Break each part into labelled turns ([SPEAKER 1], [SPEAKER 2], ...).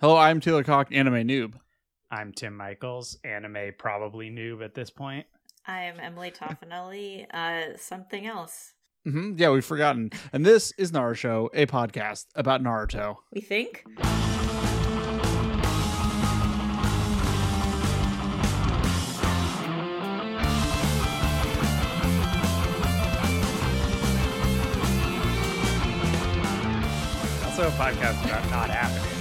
[SPEAKER 1] Hello, I'm Taylor Cock, anime noob.
[SPEAKER 2] I'm Tim Michaels, anime probably noob at this point.
[SPEAKER 3] I'm Emily Toffanelli. Uh, something else.
[SPEAKER 1] hmm Yeah, we've forgotten. And this is Naruto, a podcast about Naruto.
[SPEAKER 3] We think.
[SPEAKER 2] Also, a podcast about not happening.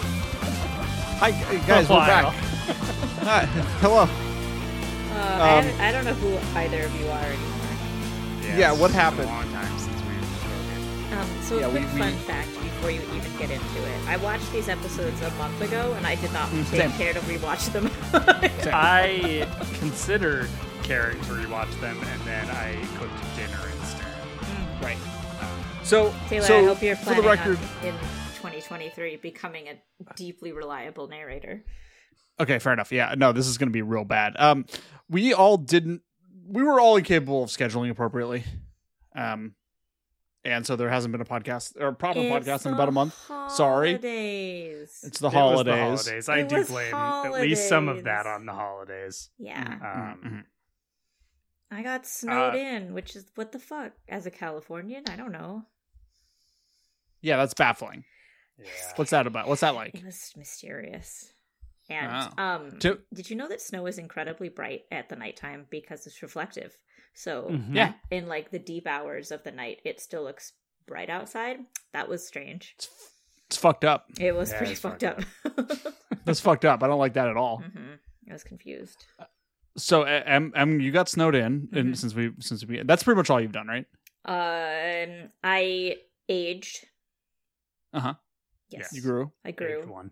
[SPEAKER 1] Hi, g- guys, we're back. Hi, hello.
[SPEAKER 3] Um, I, don't- I don't know who either of you are anymore.
[SPEAKER 1] Yeah, what
[SPEAKER 2] it's
[SPEAKER 1] happened?
[SPEAKER 2] Been a long time since we've spoken.
[SPEAKER 3] Um, so
[SPEAKER 1] Yeah,
[SPEAKER 3] a quick
[SPEAKER 1] we- we-
[SPEAKER 3] fun fact before you even get into it: I watched these episodes a month ago, and I did not
[SPEAKER 1] Mm,
[SPEAKER 3] take
[SPEAKER 1] same.
[SPEAKER 3] care to rewatch them.
[SPEAKER 2] I considered caring to rewatch them, and then I cooked dinner instead.
[SPEAKER 3] Mm.
[SPEAKER 1] Right. So,
[SPEAKER 3] Taylor,
[SPEAKER 1] so
[SPEAKER 3] I hope you're
[SPEAKER 1] for the
[SPEAKER 3] planning
[SPEAKER 1] record,
[SPEAKER 3] on in 2023 becoming a deeply reliable narrator.
[SPEAKER 1] okay, fair enough. Yeah, no, this is going to be real bad. Um, we all didn't. We were all incapable of scheduling appropriately. Um, and so there hasn't been a podcast or proper podcast in about a month. Sorry.
[SPEAKER 3] Holidays.
[SPEAKER 1] It's the
[SPEAKER 2] It was
[SPEAKER 1] holidays.
[SPEAKER 2] the holidays. I
[SPEAKER 3] It
[SPEAKER 2] do
[SPEAKER 3] was
[SPEAKER 2] blame at least some of that
[SPEAKER 3] holidays.
[SPEAKER 2] on the holidays.
[SPEAKER 3] yeah.
[SPEAKER 1] Mhm,
[SPEAKER 2] Um,
[SPEAKER 1] mhm.
[SPEAKER 3] I got snowed
[SPEAKER 2] Uh,
[SPEAKER 3] in, which is what the fuck? As a Californian, I don't know.
[SPEAKER 1] yeah, that's baffling.
[SPEAKER 2] Yeah.
[SPEAKER 1] What's that about? What's that like?
[SPEAKER 3] It was mysterious. And
[SPEAKER 1] Wow.
[SPEAKER 3] um
[SPEAKER 1] To-
[SPEAKER 3] did you know that snow is incredibly bright at the nighttime because it's reflective? So
[SPEAKER 2] Mhm.
[SPEAKER 1] Yeah.
[SPEAKER 3] in like the deep hours of the night, it still looks bright outside. That was strange.
[SPEAKER 1] It's, f- it's fucked up.
[SPEAKER 3] It was
[SPEAKER 2] Yeah,
[SPEAKER 3] pretty
[SPEAKER 2] it's
[SPEAKER 3] fucked
[SPEAKER 2] fucked
[SPEAKER 3] up.
[SPEAKER 1] That's fucked up. I don't like that at all.
[SPEAKER 3] hmm I was confused.
[SPEAKER 1] So, uh, em, em, you got snowed in, and
[SPEAKER 3] Mhm.
[SPEAKER 1] since we since we that's pretty much all you've done, right?
[SPEAKER 3] Um, I aged.
[SPEAKER 1] Uh-huh.
[SPEAKER 3] Yes,
[SPEAKER 1] You grew,
[SPEAKER 3] I
[SPEAKER 2] Baked
[SPEAKER 3] grew.
[SPEAKER 2] one.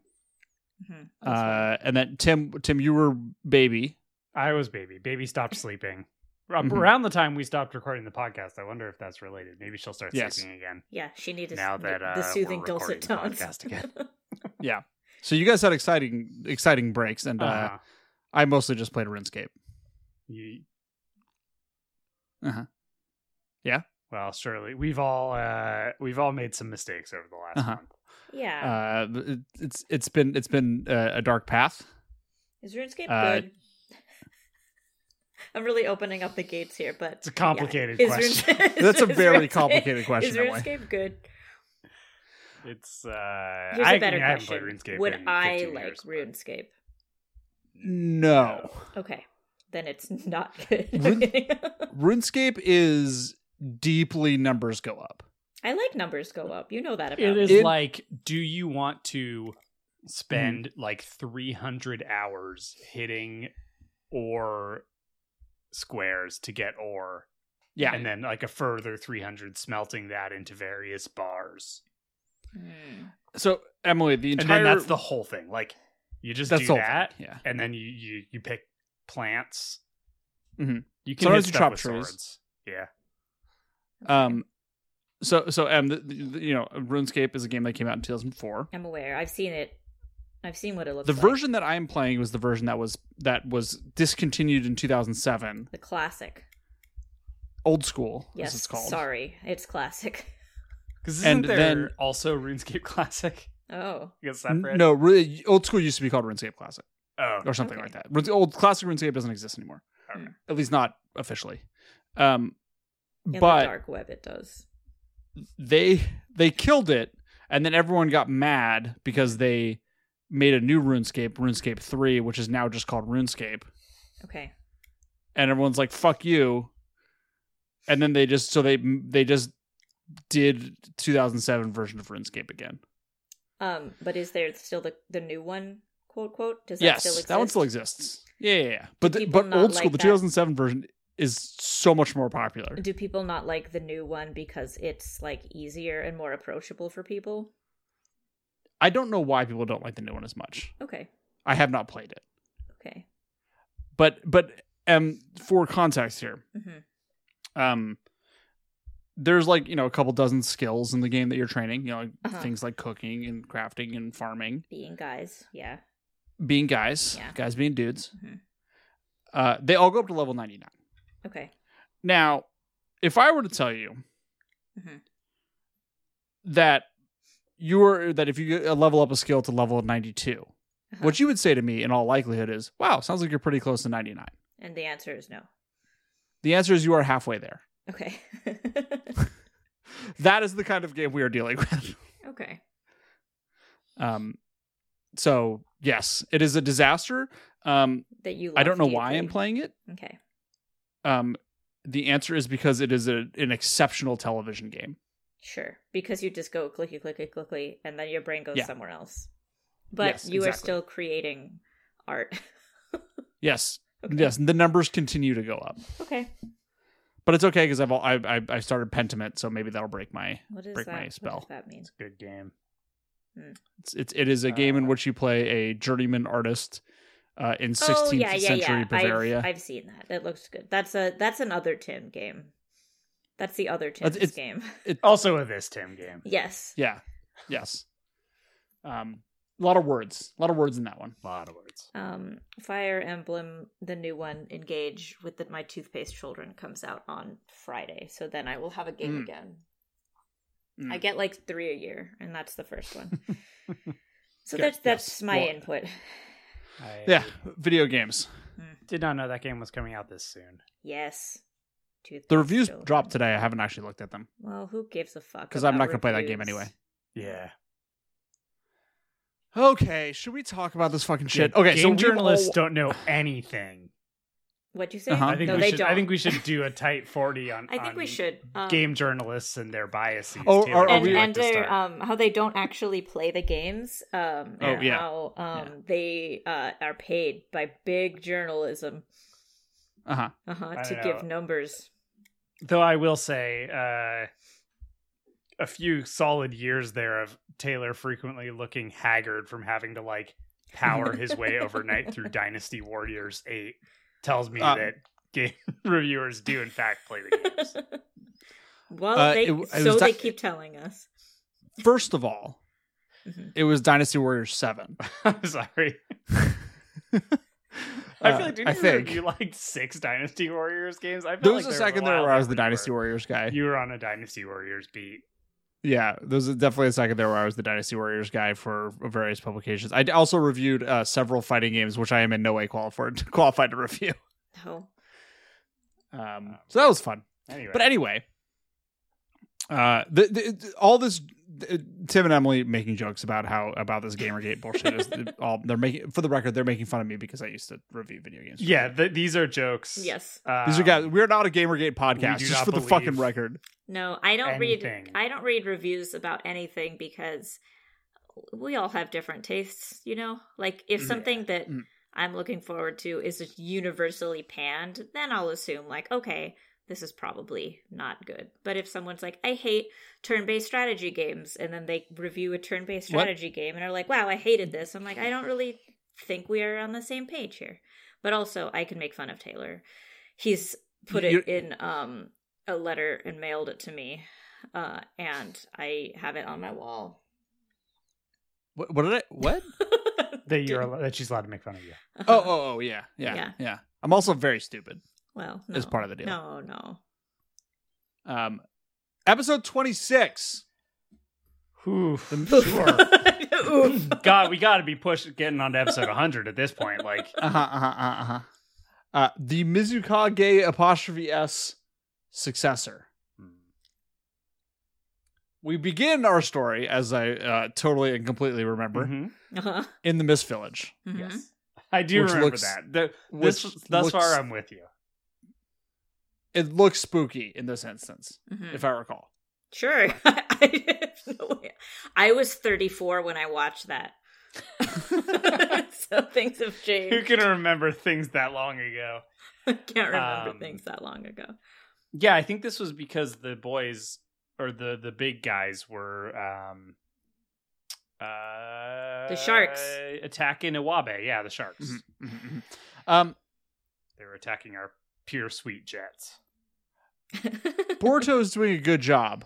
[SPEAKER 3] Mhm.
[SPEAKER 1] uh, and then Tim, Tim, you were baby.
[SPEAKER 2] I was baby. Baby stopped sleeping. Ab-
[SPEAKER 1] Mhm.
[SPEAKER 2] Around the time we stopped recording the podcast, I wonder if that's related. Maybe she'll start
[SPEAKER 1] Yes.
[SPEAKER 2] sleeping again.
[SPEAKER 3] Yeah, she needed
[SPEAKER 2] Now
[SPEAKER 3] the,
[SPEAKER 2] that, uh,
[SPEAKER 3] the
[SPEAKER 2] we're
[SPEAKER 3] soothing dulcet
[SPEAKER 2] recording the
[SPEAKER 3] tones.
[SPEAKER 2] podcast again.
[SPEAKER 1] So you guys had exciting exciting breaks, and uh
[SPEAKER 2] Uh-huh.
[SPEAKER 1] I mostly just played RuneScape.
[SPEAKER 2] You-
[SPEAKER 1] Uh-huh. Yeah?
[SPEAKER 2] Well, surely we've all uh we've all made some mistakes over the last
[SPEAKER 1] Uh-huh.
[SPEAKER 2] month.
[SPEAKER 3] yeah,
[SPEAKER 1] Uh, it, it's it's been it's been uh, a dark path.
[SPEAKER 3] is RuneScape
[SPEAKER 1] uh,
[SPEAKER 3] good? I'm really opening up the gates here, but
[SPEAKER 2] It's a complicated
[SPEAKER 3] is
[SPEAKER 2] question.
[SPEAKER 3] RuneScape, is-
[SPEAKER 1] That's a
[SPEAKER 3] is
[SPEAKER 1] very
[SPEAKER 3] RuneScape-
[SPEAKER 1] complicated
[SPEAKER 3] Is
[SPEAKER 1] question. Emily.
[SPEAKER 3] RuneScape good?
[SPEAKER 2] It's uh
[SPEAKER 3] Here's
[SPEAKER 2] I
[SPEAKER 3] a better
[SPEAKER 2] mean, I haven't
[SPEAKER 3] question:
[SPEAKER 2] played RuneScape
[SPEAKER 3] Would
[SPEAKER 2] in
[SPEAKER 3] I
[SPEAKER 2] 15
[SPEAKER 3] like
[SPEAKER 2] years, but-
[SPEAKER 3] RuneScape?
[SPEAKER 1] No,
[SPEAKER 3] Okay, then it's not good.
[SPEAKER 1] Rune- RuneScape is deeply numbers go up.
[SPEAKER 3] I like numbers go up. You know that about
[SPEAKER 2] It
[SPEAKER 3] me.
[SPEAKER 2] is
[SPEAKER 1] It-
[SPEAKER 2] like, do you want to spend like 300 hours hitting or squares to get ore?
[SPEAKER 1] Yeah,
[SPEAKER 2] And then like a further 300 smelting that into various bars.
[SPEAKER 3] Hmm.
[SPEAKER 1] So Emily, the
[SPEAKER 2] And
[SPEAKER 1] entire
[SPEAKER 2] then that's the whole thing. Like, you just
[SPEAKER 1] that's
[SPEAKER 2] do
[SPEAKER 1] the whole
[SPEAKER 2] that,
[SPEAKER 1] thing. Yeah,
[SPEAKER 2] and then you, you, you pick plants.
[SPEAKER 1] Mhm.
[SPEAKER 2] You can
[SPEAKER 1] Sometimes
[SPEAKER 2] hit
[SPEAKER 1] you
[SPEAKER 2] stuff
[SPEAKER 1] chop
[SPEAKER 2] with
[SPEAKER 1] trees.
[SPEAKER 2] swords. Yeah.
[SPEAKER 1] Um, so so um, the, the, the- you know, RuneScape is a game that came out in 2004.
[SPEAKER 3] I'm aware. I've seen it. I've seen what it looks
[SPEAKER 1] The
[SPEAKER 3] like.
[SPEAKER 1] version that I am playing was the version that was that was discontinued in 2007.
[SPEAKER 3] the classic.
[SPEAKER 1] Old school,
[SPEAKER 3] Yes,
[SPEAKER 1] as it's called.
[SPEAKER 3] sorry, it's classic.
[SPEAKER 2] Because isn't
[SPEAKER 1] And
[SPEAKER 2] there
[SPEAKER 1] then-
[SPEAKER 2] also RuneScape Classic?
[SPEAKER 3] Oh,
[SPEAKER 2] You got
[SPEAKER 1] N-
[SPEAKER 2] separate?
[SPEAKER 1] No, really, old school used to be called RuneScape Classic
[SPEAKER 2] Oh,
[SPEAKER 1] or something
[SPEAKER 3] Okay.
[SPEAKER 1] like that. Rune, old classic RuneScape doesn't exist anymore,
[SPEAKER 2] Okay.
[SPEAKER 1] at least not officially. Um,
[SPEAKER 3] in the
[SPEAKER 1] but
[SPEAKER 3] dark web, it does.
[SPEAKER 1] they they killed it, and then everyone got mad because they made a new RuneScape, RuneScape Three, which is now just called RuneScape.
[SPEAKER 3] Okay,
[SPEAKER 1] and everyone's like fuck you and then they just so they they just did 2007 version of runescape again
[SPEAKER 3] um, but is there still the the new one? Quote quote. Does that
[SPEAKER 1] yes
[SPEAKER 3] still exist?
[SPEAKER 1] that one still exists yeah yeah, yeah. but the,
[SPEAKER 3] people
[SPEAKER 1] but
[SPEAKER 3] not
[SPEAKER 1] old school
[SPEAKER 3] like
[SPEAKER 1] the
[SPEAKER 3] that?
[SPEAKER 1] 2007 version is so much more popular
[SPEAKER 3] Do people not like the new one because it's like easier and more approachable for people?
[SPEAKER 1] i don't know why people don't like the new one as much
[SPEAKER 3] Okay,
[SPEAKER 1] i have not played it
[SPEAKER 3] okay.
[SPEAKER 1] but but um for context here
[SPEAKER 3] hmm
[SPEAKER 1] um there's like you know a couple dozen skills in the game that you're training you know like
[SPEAKER 3] Uh-huh.
[SPEAKER 1] things like cooking and crafting and farming
[SPEAKER 3] Being guys, yeah.
[SPEAKER 1] being guys,
[SPEAKER 3] Yeah.
[SPEAKER 1] guys being dudes.
[SPEAKER 3] Mhm.
[SPEAKER 1] Uh, they all go up to level 99.
[SPEAKER 3] Okay,
[SPEAKER 1] Now, if I were to tell you
[SPEAKER 3] Mhm.
[SPEAKER 1] that you are that if you uh, level up a skill to level 92,
[SPEAKER 3] Uh-huh.
[SPEAKER 1] What you would say to me in all likelihood is, wow, sounds like you're pretty close to 99.
[SPEAKER 3] And the answer is no.
[SPEAKER 1] The answer is you are halfway there.
[SPEAKER 3] Okay.
[SPEAKER 1] That is the kind of game we are dealing with.
[SPEAKER 3] okay.
[SPEAKER 1] Um, so, yes, it is a disaster. Um,
[SPEAKER 3] That you.
[SPEAKER 1] I don't know
[SPEAKER 3] love
[SPEAKER 1] why I'm
[SPEAKER 3] deeply.
[SPEAKER 1] playing it.
[SPEAKER 3] Okay.
[SPEAKER 1] Um, the answer is because it is a, an exceptional television game.
[SPEAKER 3] Sure. Because you just go clicky, clicky, clicky, and then your brain goes
[SPEAKER 1] Yeah.
[SPEAKER 3] somewhere else. But
[SPEAKER 1] Yes,
[SPEAKER 3] you are
[SPEAKER 1] exactly.
[SPEAKER 3] still creating art.
[SPEAKER 1] Yes,
[SPEAKER 3] Okay.
[SPEAKER 1] yes, the numbers continue to go up,
[SPEAKER 3] Okay.
[SPEAKER 1] but it's okay because I've all, I, I I started Pentiment, so maybe that'll break my.
[SPEAKER 3] What is
[SPEAKER 1] Break
[SPEAKER 3] that?
[SPEAKER 1] my
[SPEAKER 3] What
[SPEAKER 1] spell.
[SPEAKER 3] does that mean?
[SPEAKER 2] It's a good game.
[SPEAKER 1] It's, it's it is a game in
[SPEAKER 2] Uh, Oh,
[SPEAKER 1] which you play a journeyman artist uh, in 16th
[SPEAKER 3] Oh,
[SPEAKER 1] century Bavaria.
[SPEAKER 3] I've, I've seen that. It looks good. That's a that's another Tim game. That's the other Tim's
[SPEAKER 1] That's- it's-
[SPEAKER 3] game.
[SPEAKER 2] Also a this Tim game.
[SPEAKER 3] yes.
[SPEAKER 1] yeah, yes. Um, a lot of words, a lot of words in that one.
[SPEAKER 2] A lot of words.
[SPEAKER 3] Um, Fire Emblem, the new one, Engage with the, my toothpaste children comes out on Friday, so then I will have a game
[SPEAKER 1] Mm.
[SPEAKER 3] again.
[SPEAKER 1] Mm.
[SPEAKER 3] I get like three a year, and that's the first one. so
[SPEAKER 1] Good,
[SPEAKER 3] that's that's
[SPEAKER 1] yes.
[SPEAKER 3] my
[SPEAKER 1] Well-
[SPEAKER 3] input.
[SPEAKER 2] I
[SPEAKER 1] Yeah, video games.
[SPEAKER 2] Did not know that game was coming out this soon.
[SPEAKER 3] Yes. Toothpaste
[SPEAKER 1] The reviews
[SPEAKER 3] children.
[SPEAKER 1] dropped today. I haven't actually looked at them.
[SPEAKER 3] Well, who gives a fuck?
[SPEAKER 1] 'Cause I'm
[SPEAKER 3] about
[SPEAKER 1] not gonna play that game
[SPEAKER 3] reviews?
[SPEAKER 1] anyway.
[SPEAKER 2] Yeah.
[SPEAKER 1] Okay, should we talk about this fucking shit?
[SPEAKER 2] Yeah,
[SPEAKER 1] Okay, so
[SPEAKER 2] game
[SPEAKER 1] we've
[SPEAKER 2] journalists
[SPEAKER 1] all-
[SPEAKER 2] don't know anything.
[SPEAKER 3] What'd you say?
[SPEAKER 1] Uh-huh.
[SPEAKER 2] I think
[SPEAKER 3] no,
[SPEAKER 2] we
[SPEAKER 3] they
[SPEAKER 2] should.
[SPEAKER 3] don't.
[SPEAKER 2] I think we should do a tight forty on.
[SPEAKER 3] I think we
[SPEAKER 2] on
[SPEAKER 3] should. Um,
[SPEAKER 2] Game journalists and their biases.
[SPEAKER 1] Oh,
[SPEAKER 2] Taylor,
[SPEAKER 1] are- are
[SPEAKER 2] would
[SPEAKER 3] and,
[SPEAKER 2] you
[SPEAKER 1] we-
[SPEAKER 2] like
[SPEAKER 3] and
[SPEAKER 2] to
[SPEAKER 3] their
[SPEAKER 2] start?
[SPEAKER 3] um how they don't actually play the games um
[SPEAKER 1] Oh,
[SPEAKER 3] and
[SPEAKER 1] yeah.
[SPEAKER 3] how um they uh are paid by big journalism
[SPEAKER 1] Uh-huh.
[SPEAKER 3] uh-huh
[SPEAKER 2] I
[SPEAKER 3] to
[SPEAKER 2] don't
[SPEAKER 3] give
[SPEAKER 2] know.
[SPEAKER 3] numbers
[SPEAKER 2] Though I will say, uh, a few solid years there of Taylor frequently looking haggard from having to like power his way overnight through Dynasty Warriors Eight tells me
[SPEAKER 1] Um,
[SPEAKER 2] that game reviewers do in fact play the games.
[SPEAKER 3] well
[SPEAKER 1] Uh,
[SPEAKER 3] they
[SPEAKER 1] it w- it
[SPEAKER 3] so
[SPEAKER 1] was
[SPEAKER 3] they
[SPEAKER 1] di-
[SPEAKER 3] keep telling us
[SPEAKER 1] First of all,
[SPEAKER 3] Mhm.
[SPEAKER 1] it was Dynasty Warriors 7.
[SPEAKER 2] I'm sorry. I feel like
[SPEAKER 1] Uh,
[SPEAKER 2] didn't
[SPEAKER 1] I
[SPEAKER 2] you
[SPEAKER 1] think
[SPEAKER 2] review like six Dynasty Warriors games? I felt
[SPEAKER 1] there
[SPEAKER 2] like
[SPEAKER 1] was a second there
[SPEAKER 2] while
[SPEAKER 1] where I was the
[SPEAKER 2] you were-
[SPEAKER 1] Dynasty Warriors guy.
[SPEAKER 2] You were on a Dynasty Warriors beat.
[SPEAKER 1] yeah, there was definitely a second there where I was the Dynasty Warriors guy for various publications. I d- also reviewed uh, several fighting games, which I am in no way qualified qualified to review.
[SPEAKER 3] no
[SPEAKER 1] Um, so that was fun.
[SPEAKER 2] Anyway,
[SPEAKER 1] But anyway, uh, the, the, all this th- Tim and Emily making jokes about how about this GamerGate bullshit is all they're making. For the record, they're making fun of me because I used to review video games.
[SPEAKER 2] yeah, th- these are jokes.
[SPEAKER 3] yes
[SPEAKER 1] These are
[SPEAKER 2] Um,
[SPEAKER 1] guys. We're not a GamerGate podcast.
[SPEAKER 2] do
[SPEAKER 1] Just
[SPEAKER 2] not
[SPEAKER 1] for the
[SPEAKER 2] believe-
[SPEAKER 1] fucking record.
[SPEAKER 3] no i don't read
[SPEAKER 2] Anything.
[SPEAKER 3] i don't read reviews about anything because we all have different tastes you know like if
[SPEAKER 2] Yeah.
[SPEAKER 3] something that
[SPEAKER 1] Mm.
[SPEAKER 3] i'm looking forward to is just universally panned then i'll assume like okay this is probably not good but if someone's like i hate turn-based strategy games and then they review a turn-based
[SPEAKER 1] What?
[SPEAKER 3] strategy game and are like wow i hated this i'm like i don't really think we are on the same page here but also i can make fun of taylor he's put it
[SPEAKER 1] You're-
[SPEAKER 3] in um a letter and mailed it to me uh and i have it on my wall
[SPEAKER 1] What, what did I? What?
[SPEAKER 2] that you're al- that she's allowed to make fun of you.
[SPEAKER 1] oh, oh, oh, yeah, yeah, yeah.
[SPEAKER 3] Yeah.
[SPEAKER 1] I'm also very stupid.
[SPEAKER 3] well no.
[SPEAKER 1] It's part of the deal.
[SPEAKER 3] no no
[SPEAKER 1] Um, episode 26.
[SPEAKER 2] sure.
[SPEAKER 1] uh-huh,
[SPEAKER 2] God, we got to be pushed getting on to episode 100 at this point. Like,
[SPEAKER 1] Uh huh. Uh huh. Uh huh. Uh, the Mizukage apostrophe s successor. We begin our story, as I uh, totally and completely remember,
[SPEAKER 2] mhm,
[SPEAKER 3] uh-huh.
[SPEAKER 1] in the Mist Village.
[SPEAKER 3] Mhm.
[SPEAKER 2] yes, I do
[SPEAKER 1] Which
[SPEAKER 2] remember
[SPEAKER 1] looks-
[SPEAKER 2] that. The-
[SPEAKER 1] which
[SPEAKER 2] this thus
[SPEAKER 1] looks-
[SPEAKER 2] far, I'm with you.
[SPEAKER 1] It looks spooky in this instance,
[SPEAKER 3] Mhm.
[SPEAKER 1] if I recall.
[SPEAKER 3] sure I, have no way. I was 34 when i watched that so things have changed
[SPEAKER 2] Who can remember things that long ago?
[SPEAKER 3] i can't remember
[SPEAKER 2] um,
[SPEAKER 3] things that long ago
[SPEAKER 2] Yeah, I think this was because the boys or the the big guys were um uh
[SPEAKER 3] The sharks.
[SPEAKER 2] attacking Iwabe. Yeah, the sharks.
[SPEAKER 1] Mhm, mhm, mhm. um,
[SPEAKER 2] They were attacking our pure sweet jets.
[SPEAKER 1] Boruto is doing a good job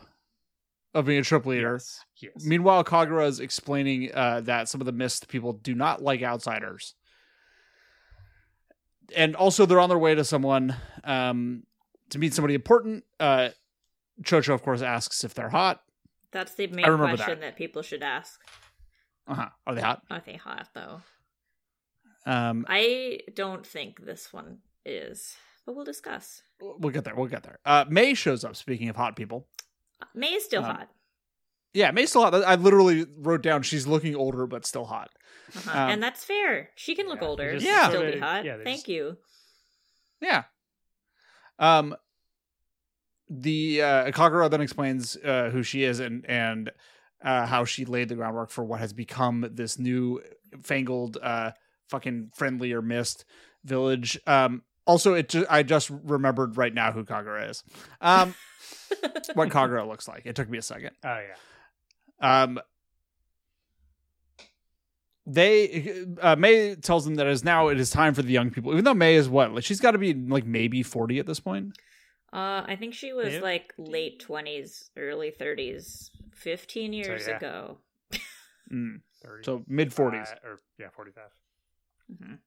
[SPEAKER 1] of being a trip leader.
[SPEAKER 2] Yes. yes.
[SPEAKER 1] Meanwhile, Kagura is explaining uh, that some of the Mist people do not like outsiders. And also, they're on their way to someone um, to meet somebody important. Uh, Chocho, of course, asks if they're hot.
[SPEAKER 3] that's the main
[SPEAKER 1] I remember
[SPEAKER 3] question
[SPEAKER 1] that.
[SPEAKER 3] that people should ask
[SPEAKER 1] Uh-huh. Are they hot?
[SPEAKER 3] are they hot though
[SPEAKER 1] Um,
[SPEAKER 3] I don't think this one is, but we'll discuss.
[SPEAKER 1] we'll get there. We'll get there. Uh, May shows up. Speaking of hot people,
[SPEAKER 3] May is still
[SPEAKER 1] Um,
[SPEAKER 3] hot.
[SPEAKER 1] yeah, May's still hot. I literally wrote down she's looking older but still hot.
[SPEAKER 3] Uh-huh.
[SPEAKER 1] um,
[SPEAKER 3] and that's fair. She can look
[SPEAKER 2] Yeah,
[SPEAKER 3] older.
[SPEAKER 2] they
[SPEAKER 1] just
[SPEAKER 3] Yeah.
[SPEAKER 1] Yeah.
[SPEAKER 3] Still be
[SPEAKER 2] sorta-
[SPEAKER 3] hot.
[SPEAKER 2] yeah, they
[SPEAKER 3] Thank
[SPEAKER 2] just-
[SPEAKER 3] you.
[SPEAKER 1] Yeah. Um the uh Kagura then explains uh who she is and and uh how she laid the groundwork for what has become this new fangled uh fucking friendly or mist village. Um also it ju- I just remembered right now who Kagura is. Um what Kagura looks like. It took me a second.
[SPEAKER 2] Oh yeah.
[SPEAKER 1] Um, they uh, May tells them that it is now it is time for the young people. Even though May is what like she's got to be like maybe forty at this point.
[SPEAKER 3] Uh, I think she was
[SPEAKER 2] Yeah.
[SPEAKER 3] like late twenties, early thirties, fifteen years
[SPEAKER 2] yeah.
[SPEAKER 3] ago.
[SPEAKER 1] Mm.
[SPEAKER 2] 30,
[SPEAKER 1] So mid forties.
[SPEAKER 2] uh, or yeah, forty-five.
[SPEAKER 3] Mhm.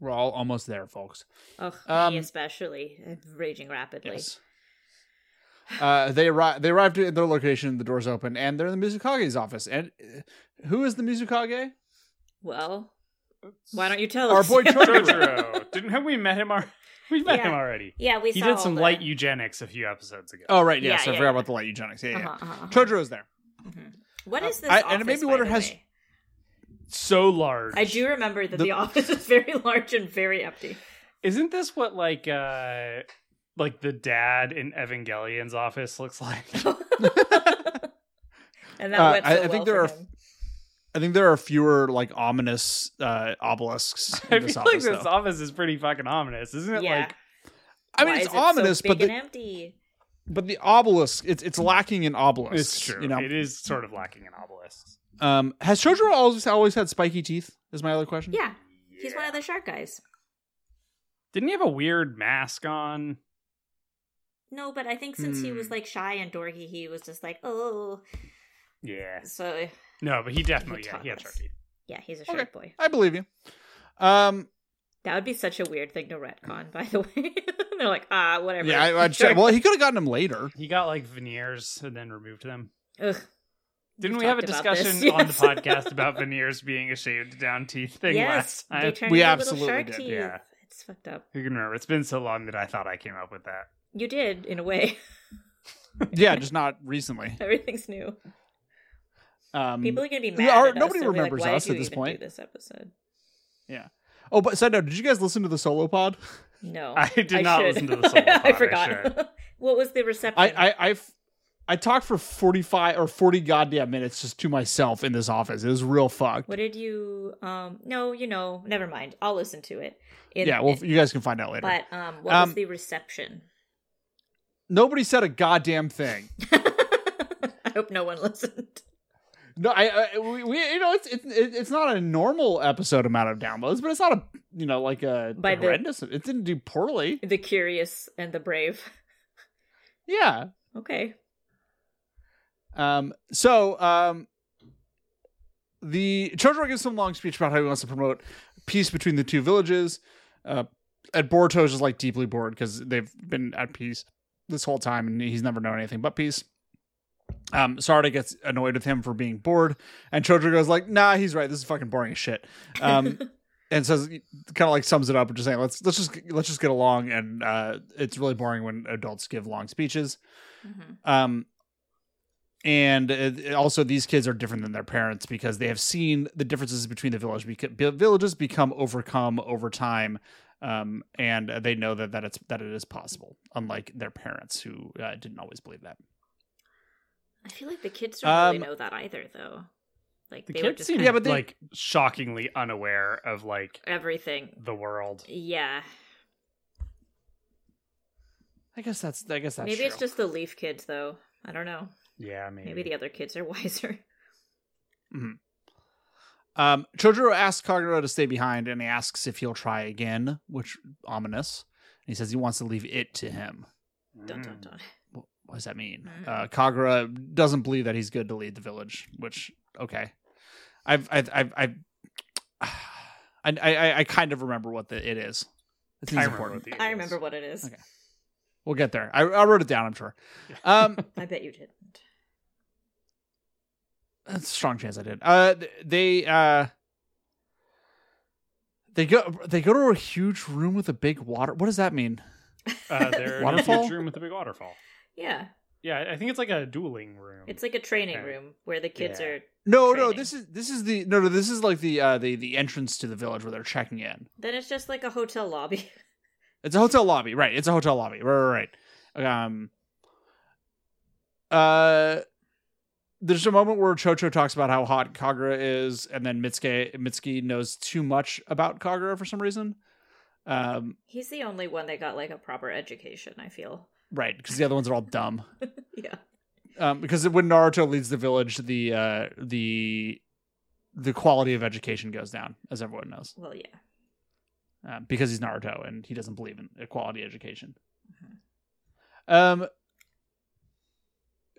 [SPEAKER 1] We're all almost there, folks.
[SPEAKER 3] Ugh,
[SPEAKER 1] Um,
[SPEAKER 3] me especially uh, raging rapidly.
[SPEAKER 1] Yes. Uh, they arrive. They arrive at their location. The doors open, and they're in the Mizukage's office. And uh, who is the Mizukage?
[SPEAKER 3] Well, why don't you tell
[SPEAKER 1] Our
[SPEAKER 3] us?
[SPEAKER 1] boy Chotaro.
[SPEAKER 2] Jotaro. Didn't have we met him? Our, we met
[SPEAKER 3] Yeah.
[SPEAKER 2] him already.
[SPEAKER 3] yeah, we
[SPEAKER 2] He
[SPEAKER 3] saw
[SPEAKER 2] did
[SPEAKER 3] all
[SPEAKER 2] some
[SPEAKER 3] the-
[SPEAKER 2] light eugenics a few episodes ago.
[SPEAKER 1] Oh right,
[SPEAKER 3] Yeah,
[SPEAKER 1] yes, I
[SPEAKER 3] yeah,
[SPEAKER 1] forgot
[SPEAKER 3] yeah.
[SPEAKER 1] about the light eugenics. Yeah, yeah. yeah.
[SPEAKER 3] Uh-huh, uh-huh, uh-huh.
[SPEAKER 1] Chotaro's there.
[SPEAKER 3] Mhm. What is this?
[SPEAKER 1] Um, I-
[SPEAKER 3] office,
[SPEAKER 1] and it made me
[SPEAKER 3] by
[SPEAKER 1] wonder,
[SPEAKER 3] the
[SPEAKER 1] has-
[SPEAKER 3] way?
[SPEAKER 2] so large.
[SPEAKER 3] I do remember that the,
[SPEAKER 1] The-
[SPEAKER 3] office is very large and very empty.
[SPEAKER 2] Isn't this what like uh like the dad in Evangelion's office looks like?
[SPEAKER 3] and that
[SPEAKER 1] Uh,
[SPEAKER 3] went so
[SPEAKER 1] I- I
[SPEAKER 3] well
[SPEAKER 1] think there
[SPEAKER 3] for
[SPEAKER 1] are
[SPEAKER 3] him.
[SPEAKER 1] I think there are fewer like ominous uh, obelisks. In
[SPEAKER 2] I
[SPEAKER 1] this
[SPEAKER 2] feel
[SPEAKER 1] office,
[SPEAKER 2] like this
[SPEAKER 1] though.
[SPEAKER 2] office is pretty fucking ominous, isn't it?
[SPEAKER 3] yeah.
[SPEAKER 2] Like
[SPEAKER 1] I mean,
[SPEAKER 3] Why
[SPEAKER 1] it's
[SPEAKER 3] is it so
[SPEAKER 1] ominous,
[SPEAKER 3] big
[SPEAKER 1] but the,
[SPEAKER 3] and empty.
[SPEAKER 1] but the obelisk it's it's lacking in obelisk.
[SPEAKER 2] it's true.
[SPEAKER 1] You know,
[SPEAKER 2] It is sort of lacking in obelisks.
[SPEAKER 1] um, has Shoujo always always had spiky teeth? Is my other question.
[SPEAKER 3] Yeah, he's one of the shark guys.
[SPEAKER 2] Didn't he have a weird mask on?
[SPEAKER 3] No, but I think since he was
[SPEAKER 2] Hmm.
[SPEAKER 3] like shy and dorky, he was just like, oh.
[SPEAKER 2] Yeah.
[SPEAKER 3] So
[SPEAKER 2] No, but he definitely
[SPEAKER 3] He
[SPEAKER 2] yeah, he had
[SPEAKER 3] taught
[SPEAKER 2] shark
[SPEAKER 3] us.
[SPEAKER 2] teeth.
[SPEAKER 3] yeah, he's a
[SPEAKER 1] Okay.
[SPEAKER 3] shark boy.
[SPEAKER 1] I believe you. Um,
[SPEAKER 3] That would be such a weird thing to retcon, by the way. They're like, ah, whatever.
[SPEAKER 1] yeah, I, I'd
[SPEAKER 3] Shark-
[SPEAKER 1] say- well, he could have gotten him later.
[SPEAKER 2] He got like veneers and then removed them.
[SPEAKER 3] Ugh.
[SPEAKER 2] Didn't
[SPEAKER 3] We've
[SPEAKER 2] we have a
[SPEAKER 3] talked about this,
[SPEAKER 2] discussion on the
[SPEAKER 3] yes.
[SPEAKER 2] podcast about veneers being a shaved down teeth thing
[SPEAKER 3] yes,
[SPEAKER 2] last
[SPEAKER 3] they
[SPEAKER 2] time?
[SPEAKER 3] turned
[SPEAKER 1] We
[SPEAKER 3] into
[SPEAKER 1] absolutely
[SPEAKER 3] little shark
[SPEAKER 1] did,
[SPEAKER 3] teeth.
[SPEAKER 2] yeah.
[SPEAKER 3] It's fucked up.
[SPEAKER 2] Who can remember? It's been so long that I thought I came up with that.
[SPEAKER 3] You did, in a way.
[SPEAKER 1] yeah, just not recently.
[SPEAKER 3] Everything's new.
[SPEAKER 1] Um,
[SPEAKER 3] People are gonna be
[SPEAKER 1] we
[SPEAKER 3] mad.
[SPEAKER 1] are-
[SPEAKER 3] at us.
[SPEAKER 1] nobody
[SPEAKER 3] They'll be like,
[SPEAKER 1] remembers
[SPEAKER 3] "Why
[SPEAKER 1] us
[SPEAKER 3] did
[SPEAKER 1] at
[SPEAKER 3] you
[SPEAKER 1] this
[SPEAKER 3] even
[SPEAKER 1] point."
[SPEAKER 3] Do this episode.
[SPEAKER 1] oh, but side note, did you guys listen to the solo pod?
[SPEAKER 3] No,
[SPEAKER 2] I did
[SPEAKER 3] I
[SPEAKER 2] not
[SPEAKER 3] should.
[SPEAKER 2] listen to the solo pod,
[SPEAKER 3] I
[SPEAKER 2] I
[SPEAKER 3] forgot.
[SPEAKER 2] should.
[SPEAKER 3] what was the reception?
[SPEAKER 1] I I I, f- I talked for forty five or forty goddamn minutes just to myself in this office. It was real fucked.
[SPEAKER 3] What did you? Um, no, you know, never mind. I'll listen to it. It-
[SPEAKER 1] yeah, well, you guys can find out later.
[SPEAKER 3] but um, what
[SPEAKER 1] Um,
[SPEAKER 3] was the reception?
[SPEAKER 1] Nobody said a goddamn thing.
[SPEAKER 3] I hope no one listened.
[SPEAKER 1] No, I, I we, we you know it's it's it- it's not a normal episode amount of downloads, but it's not a you know like a
[SPEAKER 3] By the-
[SPEAKER 1] horrendous. It didn't do poorly.
[SPEAKER 3] The curious and the brave.
[SPEAKER 1] Yeah.
[SPEAKER 3] Okay.
[SPEAKER 1] Um. So um. The Chodro gives some long speech about how he wants to promote peace between the two villages. Uh, and Boruto's is like deeply bored because they've been at peace this whole time, and he's never known anything but peace. Um, Sarda gets annoyed with him for being bored, and Chodro goes like, "Nah, he's right. This is fucking boring as shit." Um, and says kind of like sums it up and just saying let's let's just let's just get along and uh it's really boring when adults give long speeches
[SPEAKER 3] Mhm.
[SPEAKER 1] um and uh, also these kids are different than their parents because they have seen the differences between the village beca- be- villages become overcome over time um and they know that that it's that it is possible unlike their parents who uh, didn't always believe that
[SPEAKER 3] I feel like the kids don't really
[SPEAKER 1] Um,
[SPEAKER 3] know that either, though. Like
[SPEAKER 2] The
[SPEAKER 3] they were
[SPEAKER 2] kids
[SPEAKER 3] just
[SPEAKER 2] seem
[SPEAKER 3] kind
[SPEAKER 1] Yeah,
[SPEAKER 3] of
[SPEAKER 1] but they-
[SPEAKER 2] like shockingly unaware of like
[SPEAKER 3] everything.
[SPEAKER 2] the world.
[SPEAKER 3] Yeah.
[SPEAKER 1] i guess that's i guess that's
[SPEAKER 3] Maybe it's
[SPEAKER 1] true.
[SPEAKER 3] just the leaf kids, though. I don't know.
[SPEAKER 2] Yeah, maybe.
[SPEAKER 3] Maybe the other kids are wiser.
[SPEAKER 1] Um, Chojuro asks Kagura to stay behind and he asks if he'll try again, which ominous. And he says he wants to leave it to him.
[SPEAKER 2] Mm.
[SPEAKER 3] Dun dun dun.
[SPEAKER 1] Wh- What does that mean?
[SPEAKER 3] Mm.
[SPEAKER 1] Uh, Kagura doesn't believe that he's good to lead the village, which okay. I've I've I've, I've I, I I kind of remember what the it is. It seems
[SPEAKER 2] I remember
[SPEAKER 1] important.
[SPEAKER 2] what the
[SPEAKER 3] I
[SPEAKER 2] it is.
[SPEAKER 3] remember what it is.
[SPEAKER 1] Okay. We'll get there. I, I wrote it down. I'm sure. Um,
[SPEAKER 3] I bet you didn't.
[SPEAKER 1] That's a strong chance I did. Uh, th- they uh, They go they go to a huge room with a big water. What does that mean?
[SPEAKER 2] Uh, they're in a
[SPEAKER 1] Waterfall?
[SPEAKER 2] huge room with a big waterfall.
[SPEAKER 3] Yeah,
[SPEAKER 2] Yeah, I think it's like a dueling room.
[SPEAKER 3] it's like a training
[SPEAKER 2] Okay.
[SPEAKER 3] room where the kids
[SPEAKER 2] Yeah.
[SPEAKER 3] are.
[SPEAKER 1] No, no,
[SPEAKER 3] Training.
[SPEAKER 1] this is this is the no no this is like the uh the the entrance to the village where they're checking in.
[SPEAKER 3] Then it's just like a hotel lobby.
[SPEAKER 1] It's a hotel lobby, right? It's a hotel lobby, right? Right. right. Um. Uh, there's a moment where Chocho talks about how hot Kagura is, and then Mitsuke Mitsuki knows too much about Kagura for some reason. Um,
[SPEAKER 3] He's the only one that got like a proper education. I feel.
[SPEAKER 1] right, because the other ones are all dumb.
[SPEAKER 3] Yeah.
[SPEAKER 1] Um, because when Naruto leads the village, the uh the the quality of education goes down, as everyone knows,
[SPEAKER 3] Well, yeah.
[SPEAKER 1] um, because he's Naruto and he doesn't believe in quality education.
[SPEAKER 3] Mhm.
[SPEAKER 1] Um,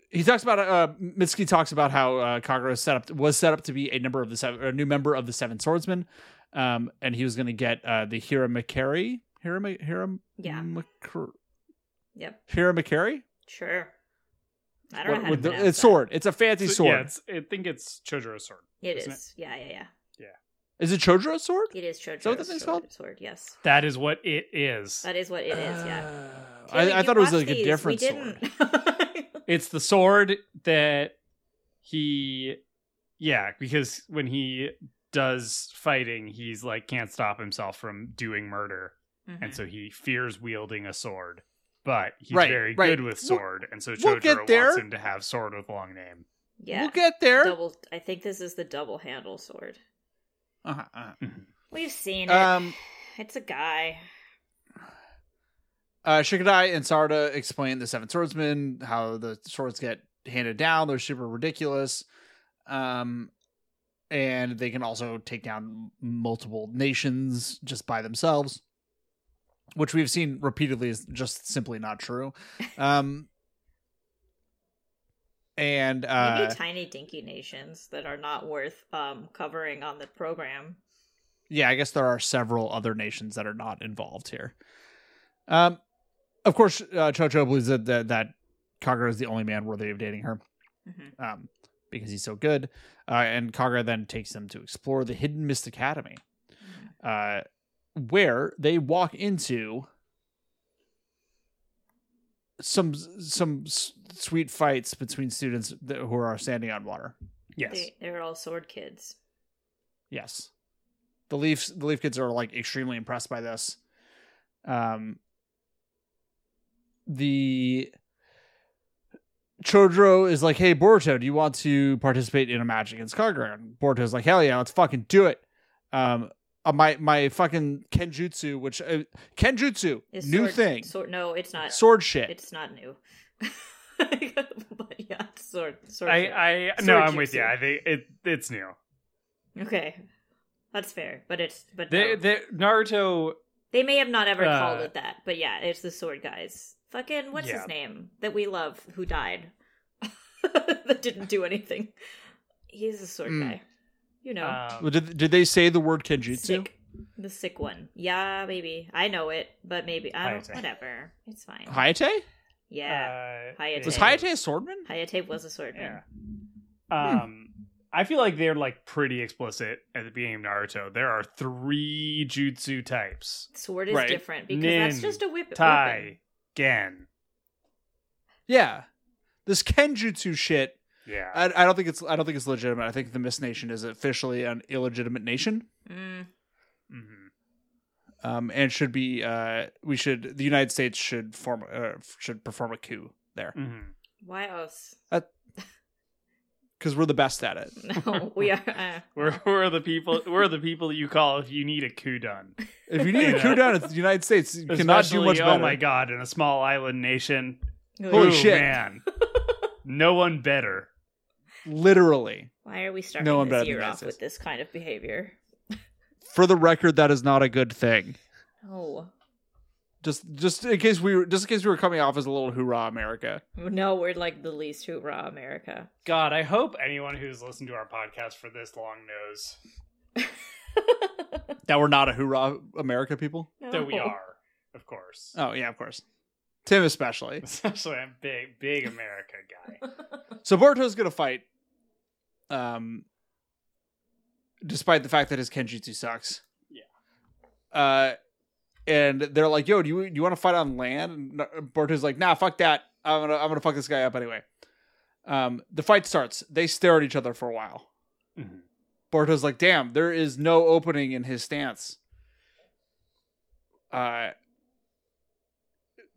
[SPEAKER 1] he talks about uh, Mitsuki talks about how uh, Kagura is set up was set up to be a number of the seven, a new member of the Seven Swordsmen, um, and he was going to get uh, the Hiramakari, Hirama, Hiram,
[SPEAKER 3] Yeah.
[SPEAKER 1] Makar- Mm-hmm.
[SPEAKER 3] Yep.
[SPEAKER 1] Hiramakari.
[SPEAKER 3] Sure. I don't know how to
[SPEAKER 1] With the-
[SPEAKER 3] pronounce
[SPEAKER 1] it's
[SPEAKER 3] that.
[SPEAKER 1] sword. It's a fancy
[SPEAKER 2] So,
[SPEAKER 1] sword.
[SPEAKER 2] Yeah, it's, I think it's Chojiro's sword.
[SPEAKER 3] It
[SPEAKER 2] isn't
[SPEAKER 3] is. Yeah, yeah, yeah.
[SPEAKER 1] Is it Chojiro's sword?
[SPEAKER 3] It is Chojo's
[SPEAKER 1] that what that thing's
[SPEAKER 3] sword,
[SPEAKER 1] called?
[SPEAKER 3] sword. Yes,
[SPEAKER 2] That is what it is.
[SPEAKER 3] that is what it is. Yeah.
[SPEAKER 1] Uh, I, I
[SPEAKER 3] you
[SPEAKER 1] thought it was
[SPEAKER 3] watched
[SPEAKER 1] like a
[SPEAKER 3] these,
[SPEAKER 1] different
[SPEAKER 3] we
[SPEAKER 1] sword.
[SPEAKER 3] didn't. Mm-hmm.
[SPEAKER 2] It's the sword that he, yeah, because when he does fighting, he's like can't stop himself from doing murder,
[SPEAKER 3] Mhm.
[SPEAKER 2] and so he fears wielding a sword. But he's
[SPEAKER 1] Right,
[SPEAKER 2] very
[SPEAKER 1] right.
[SPEAKER 2] good with
[SPEAKER 1] We'll-
[SPEAKER 2] sword, and so
[SPEAKER 1] we'll
[SPEAKER 2] Chojuro
[SPEAKER 1] get there.
[SPEAKER 2] wants him to have sword with long name.
[SPEAKER 3] yeah.
[SPEAKER 1] We'll get there.
[SPEAKER 3] Double. I think this is the double handle sword.
[SPEAKER 1] Uh-huh, uh-huh.
[SPEAKER 3] We've seen it.
[SPEAKER 1] Um,
[SPEAKER 3] it's a guy.
[SPEAKER 1] uh, Shikadai and Sarda explain the Seven Swordsmen, how the swords get handed down. They're super ridiculous. Um, and they can also take down multiple nations just by themselves, which we've seen repeatedly is just simply not true. Um, and
[SPEAKER 3] Maybe
[SPEAKER 1] uh,
[SPEAKER 3] tiny dinky nations that are not worth um covering on the program.
[SPEAKER 1] yeah, I guess there are several other nations that are not involved here. Um, of course, uh, Chocho believes that that, that Kagura is the only man worthy of dating her,
[SPEAKER 3] Mhm.
[SPEAKER 1] um, because he's so good. Uh, and Kagura then takes them to explore the hidden Mist Academy, uh, where they walk into some some s- sweet fights between students that, who are standing on water.
[SPEAKER 2] Yes,
[SPEAKER 3] They, they're all sword kids.
[SPEAKER 1] Yes. The Leafs the Leaf kids are like extremely impressed by this. Um the Chodro is like, hey Boruto, do you want to participate in a match against Kagura? And Boruto's like, hell yeah, let's fucking do it. Um uh, my my fucking Kenjutsu, which uh, Kenjutsu,
[SPEAKER 3] Is
[SPEAKER 1] new
[SPEAKER 3] sword,
[SPEAKER 1] thing.
[SPEAKER 3] Sword, no, it's not.
[SPEAKER 1] sword shit.
[SPEAKER 3] It's not new. but yeah, it's sword. Sword.
[SPEAKER 2] I, uh,
[SPEAKER 3] kids.
[SPEAKER 2] I, no,
[SPEAKER 3] Sword
[SPEAKER 2] I'm with you.
[SPEAKER 3] jutsu.
[SPEAKER 2] I think it, it's new.
[SPEAKER 3] Okay, that's fair, but it's but
[SPEAKER 2] They,
[SPEAKER 3] no. they,
[SPEAKER 2] they, Naruto
[SPEAKER 3] may have not ever
[SPEAKER 2] Uh,
[SPEAKER 3] called it that, but yeah, it's the sword guys. Fucking what's
[SPEAKER 2] Yeah.
[SPEAKER 3] his name that we love who died that didn't do anything. He's a sword
[SPEAKER 1] Mm.
[SPEAKER 3] guy, you know.
[SPEAKER 2] um,
[SPEAKER 1] Well, did, did they say the word Kenjutsu?
[SPEAKER 3] sick, the sick one. Yeah, maybe I know it, but maybe I don't.
[SPEAKER 2] Hayate.
[SPEAKER 3] Whatever, it's fine.
[SPEAKER 1] Hayate?
[SPEAKER 3] yeah,
[SPEAKER 2] uh,
[SPEAKER 3] Hayate.
[SPEAKER 1] Was
[SPEAKER 2] it-
[SPEAKER 1] Hayate a swordman?
[SPEAKER 3] Hayate was a swordman.
[SPEAKER 2] Yeah. Um, I feel like they're like pretty explicit at the beginning of Naruto. There are three jutsu types:
[SPEAKER 3] Sword is
[SPEAKER 1] Right.
[SPEAKER 3] different because that's
[SPEAKER 2] Nin,
[SPEAKER 3] just a whip. weapon.
[SPEAKER 2] Tai, Gen.
[SPEAKER 1] Yeah. This Kenjutsu shit
[SPEAKER 2] Yeah,
[SPEAKER 1] I, I don't think it's I don't think it's legitimate. I think the Mist Nation is officially an illegitimate nation,
[SPEAKER 3] Mm,
[SPEAKER 2] hmm
[SPEAKER 1] um, and should be uh, we should the United States should form uh, should perform a coup there
[SPEAKER 2] hmm
[SPEAKER 3] why else?
[SPEAKER 1] because we're the best at it.
[SPEAKER 3] No, we are. Uh,
[SPEAKER 2] We're we're the people. We're the people you call if you need a coup done.
[SPEAKER 1] If you need a
[SPEAKER 2] Yeah.
[SPEAKER 1] coup down, it's the United States. You cannot do
[SPEAKER 2] Especially,
[SPEAKER 1] much better.
[SPEAKER 2] Oh my god! In a small island nation,
[SPEAKER 1] Holy
[SPEAKER 2] Ooh,
[SPEAKER 1] shit.
[SPEAKER 2] Man, no one better.
[SPEAKER 1] Literally,
[SPEAKER 3] Why are we starting
[SPEAKER 1] No, I'm better than
[SPEAKER 3] this year
[SPEAKER 1] the
[SPEAKER 3] off
[SPEAKER 1] Nazis.
[SPEAKER 3] with this kind of behavior?
[SPEAKER 1] for the record, that is not a good thing.
[SPEAKER 3] Oh
[SPEAKER 1] Just just in case we were just in case we were coming off as a little hoorah America.
[SPEAKER 3] no, we're like the least hoorah America.
[SPEAKER 2] God, I hope anyone who's listened to our podcast for this long knows
[SPEAKER 1] That we're not a hoorah America people.
[SPEAKER 2] that we
[SPEAKER 3] No.
[SPEAKER 2] are, of course.
[SPEAKER 1] Oh yeah, of course. Tim especially.
[SPEAKER 2] Especially I'm a big, big America guy.
[SPEAKER 1] So Boruto's gonna fight. Um despite the fact that his Kenjutsu sucks.
[SPEAKER 2] Yeah.
[SPEAKER 1] Uh, and they're like, "Yo, do you do you want to fight on land?" And Borto's like, "Nah, fuck that. I'm gonna I'm gonna fuck this guy up anyway." Um, the fight starts. They stare at each other for a while.
[SPEAKER 2] Mhm.
[SPEAKER 1] Borto's like, "Damn, there is no opening in his stance." Uh,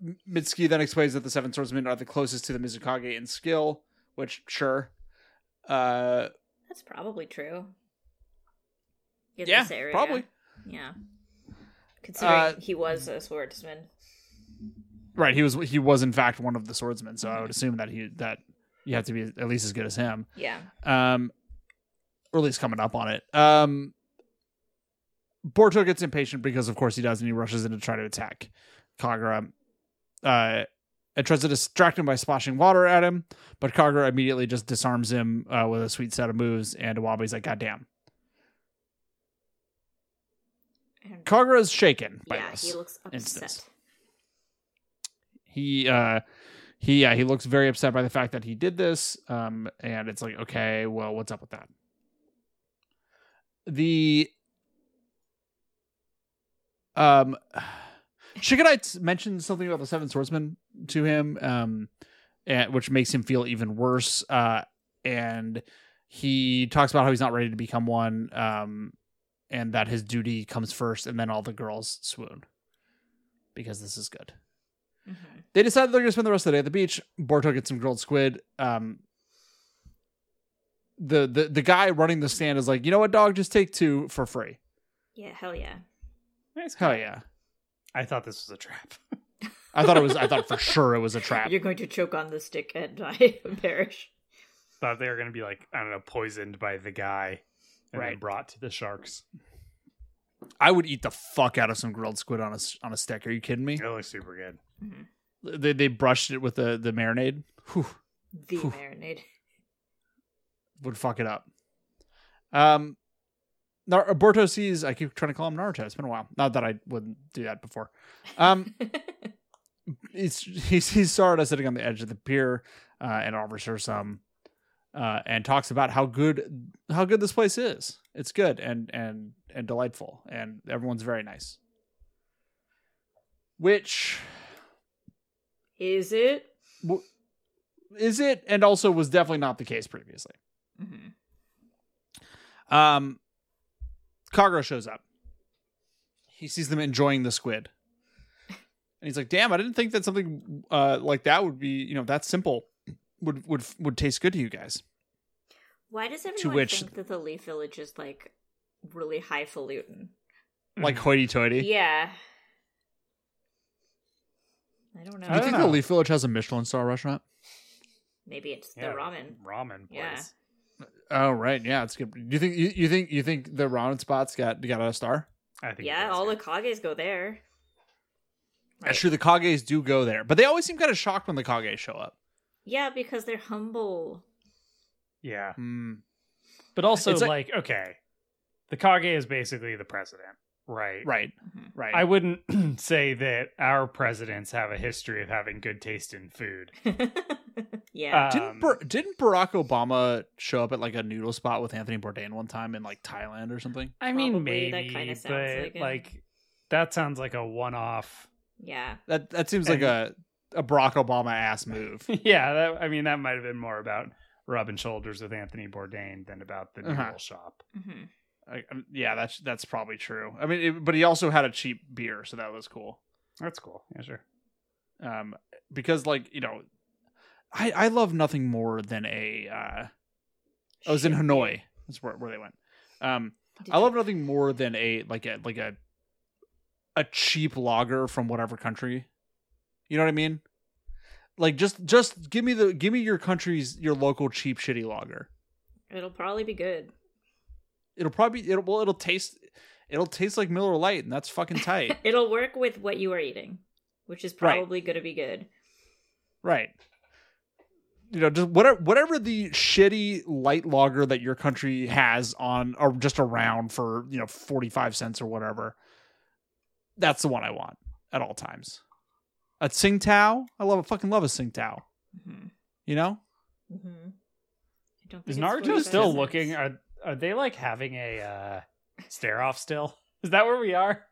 [SPEAKER 1] M- Mitsuki then explains that the Seven Swordsmen are the closest to the Mizukage in skill, which sure. Uh,
[SPEAKER 3] That's probably true. In
[SPEAKER 1] yeah,
[SPEAKER 3] this area.
[SPEAKER 1] probably
[SPEAKER 3] Yeah. Considering
[SPEAKER 1] Uh,
[SPEAKER 3] he was a swordsman.
[SPEAKER 1] right. He was he was in fact one of the swordsmen, so I would assume that he that you have to be at least as good as him.
[SPEAKER 3] Yeah.
[SPEAKER 1] um, or at least coming up on it. Um, Borto gets impatient because, of course, he does, and he rushes in to try to attack Kagura. Uh, and tries to distract him by splashing water at him, but Kagura immediately just disarms him uh, with a sweet set of moves, and Iwabe's like, "God damn!"
[SPEAKER 3] And-
[SPEAKER 1] Kagura's shaken by
[SPEAKER 3] yeah,
[SPEAKER 1] this.
[SPEAKER 3] he looks upset.
[SPEAKER 1] instance. he uh he yeah he looks very upset by the fact that he did this um and it's like okay well what's up with that the um Shigenite mentioned something about the seven swordsmen to him um and, which makes him feel even worse uh and he talks about how he's not ready to become one um and that his duty comes first and then all the girls swoon because this is good
[SPEAKER 3] Mhm.
[SPEAKER 1] they decide they're going to spend the rest of the day at the beach. Borto gets some grilled squid. Um, the, the the guy running the stand is like, you know what, dog, just take two for free.
[SPEAKER 3] Yeah, hell yeah.
[SPEAKER 2] Nice.
[SPEAKER 1] Hell yeah!
[SPEAKER 2] I thought this was a trap.
[SPEAKER 1] I thought it was. I thought for sure it was a trap.
[SPEAKER 3] You're going to choke on this stick and die and perish.
[SPEAKER 2] thought they were going to be like I don't know, poisoned by the guy, and then
[SPEAKER 1] Right.
[SPEAKER 2] brought to the sharks.
[SPEAKER 1] I would eat the fuck out of some grilled squid on a s- on a stick. Are you kidding me?
[SPEAKER 2] It looks super good.
[SPEAKER 3] Mhm.
[SPEAKER 1] They they brushed it with the the marinade. Whew.
[SPEAKER 3] The
[SPEAKER 1] Phew.
[SPEAKER 3] marinade.
[SPEAKER 1] would fuck it up. Um, Nar- Borto sees. I keep trying to call him Naruto. It's been a while. Not that I wouldn't do that before. Um, it's he sees Sarada sitting on the edge of the pier, uh, and offers her some, uh, and talks about how good how good this place is. It's good and and and delightful, and everyone's very nice. Which
[SPEAKER 3] Is it?
[SPEAKER 1] is it, and also was definitely not the case previously.
[SPEAKER 3] hmm
[SPEAKER 1] Um, Kagura shows up. He sees them enjoying the squid, and he's like, "Damn, I didn't think that something uh, like that would be, you know, that simple would would would taste good to you guys."
[SPEAKER 3] Why does everyone
[SPEAKER 1] which-
[SPEAKER 3] think that the Leaf Village is like really highfalutin?
[SPEAKER 1] Like hoity-toity.
[SPEAKER 3] Yeah. I don't know.
[SPEAKER 1] Do you think
[SPEAKER 2] know.
[SPEAKER 1] the Leaf Village has a Michelin star restaurant?
[SPEAKER 3] Maybe it's
[SPEAKER 2] Yeah,
[SPEAKER 3] the ramen.
[SPEAKER 2] ramen place.
[SPEAKER 3] Yeah.
[SPEAKER 1] Oh right, yeah, it's good. Do you think you, you think you think the ramen spots got got a star?
[SPEAKER 2] I think.
[SPEAKER 3] Yeah,
[SPEAKER 2] that's
[SPEAKER 3] all the
[SPEAKER 2] it.
[SPEAKER 3] Kages go there. Like-
[SPEAKER 1] That's true. The Kages do go there, but they always seem kind of shocked when the Kages show up.
[SPEAKER 3] Yeah, because they're humble.
[SPEAKER 2] yeah,
[SPEAKER 1] Hmm.
[SPEAKER 2] but also
[SPEAKER 1] It's like-
[SPEAKER 2] like okay, the Kage is basically the president, right?
[SPEAKER 1] right,
[SPEAKER 3] Mhm.
[SPEAKER 1] right.
[SPEAKER 2] Mm-hmm. I wouldn't say that our presidents have a history of having good taste in food.
[SPEAKER 3] yeah.
[SPEAKER 2] Um,
[SPEAKER 1] Didn't Bar- didn't Barack Obama show up at like a noodle spot with Anthony Bourdain one time in like Thailand or something?
[SPEAKER 2] I mean,
[SPEAKER 3] Probably,
[SPEAKER 2] maybe,
[SPEAKER 3] that kinda sounds
[SPEAKER 2] but
[SPEAKER 3] like
[SPEAKER 2] like,
[SPEAKER 3] it.
[SPEAKER 2] that sounds like a one-off.
[SPEAKER 3] yeah.
[SPEAKER 1] That that seems like a a Barack Obama ass move.
[SPEAKER 2] yeah, that, I mean, that might have been more about rubbing shoulders with Anthony Bourdain than about the noodle
[SPEAKER 1] Uh-huh.
[SPEAKER 2] shop.
[SPEAKER 3] hmm
[SPEAKER 1] I, I- um, yeah, that's that's probably true. I mean, it, but he also had a cheap beer, so that was cool.
[SPEAKER 2] That's cool. Yeah, sure.
[SPEAKER 1] Um, because like you know, I I love nothing more than a. Uh, I was in Hanoi. That's where where they went. Um, I love nothing more than a like a like a a cheap lager from whatever country. You know what I mean? Like just just give me the give me your country's your local cheap shitty lager.
[SPEAKER 3] It'll probably be good.
[SPEAKER 1] It'll probably it'll well it'll taste it'll taste like Miller Lite and that's fucking tight.
[SPEAKER 3] It'll work with what you are eating, which is
[SPEAKER 1] Right.
[SPEAKER 3] probably going to be good.
[SPEAKER 1] right. You know, just whatever whatever the shitty light lager that your country has on or just around for, you know, 45 cents or whatever. That's the one I want at all times. A Tsingtao? I love I fucking love a Tsingtao.
[SPEAKER 3] hmm
[SPEAKER 1] You know?
[SPEAKER 3] hmm I don't think
[SPEAKER 2] Is
[SPEAKER 3] it's
[SPEAKER 2] Naruto
[SPEAKER 3] 45
[SPEAKER 2] still
[SPEAKER 3] cents.
[SPEAKER 2] looking? Are, are they like having a uh, stare off still? Is that where we are?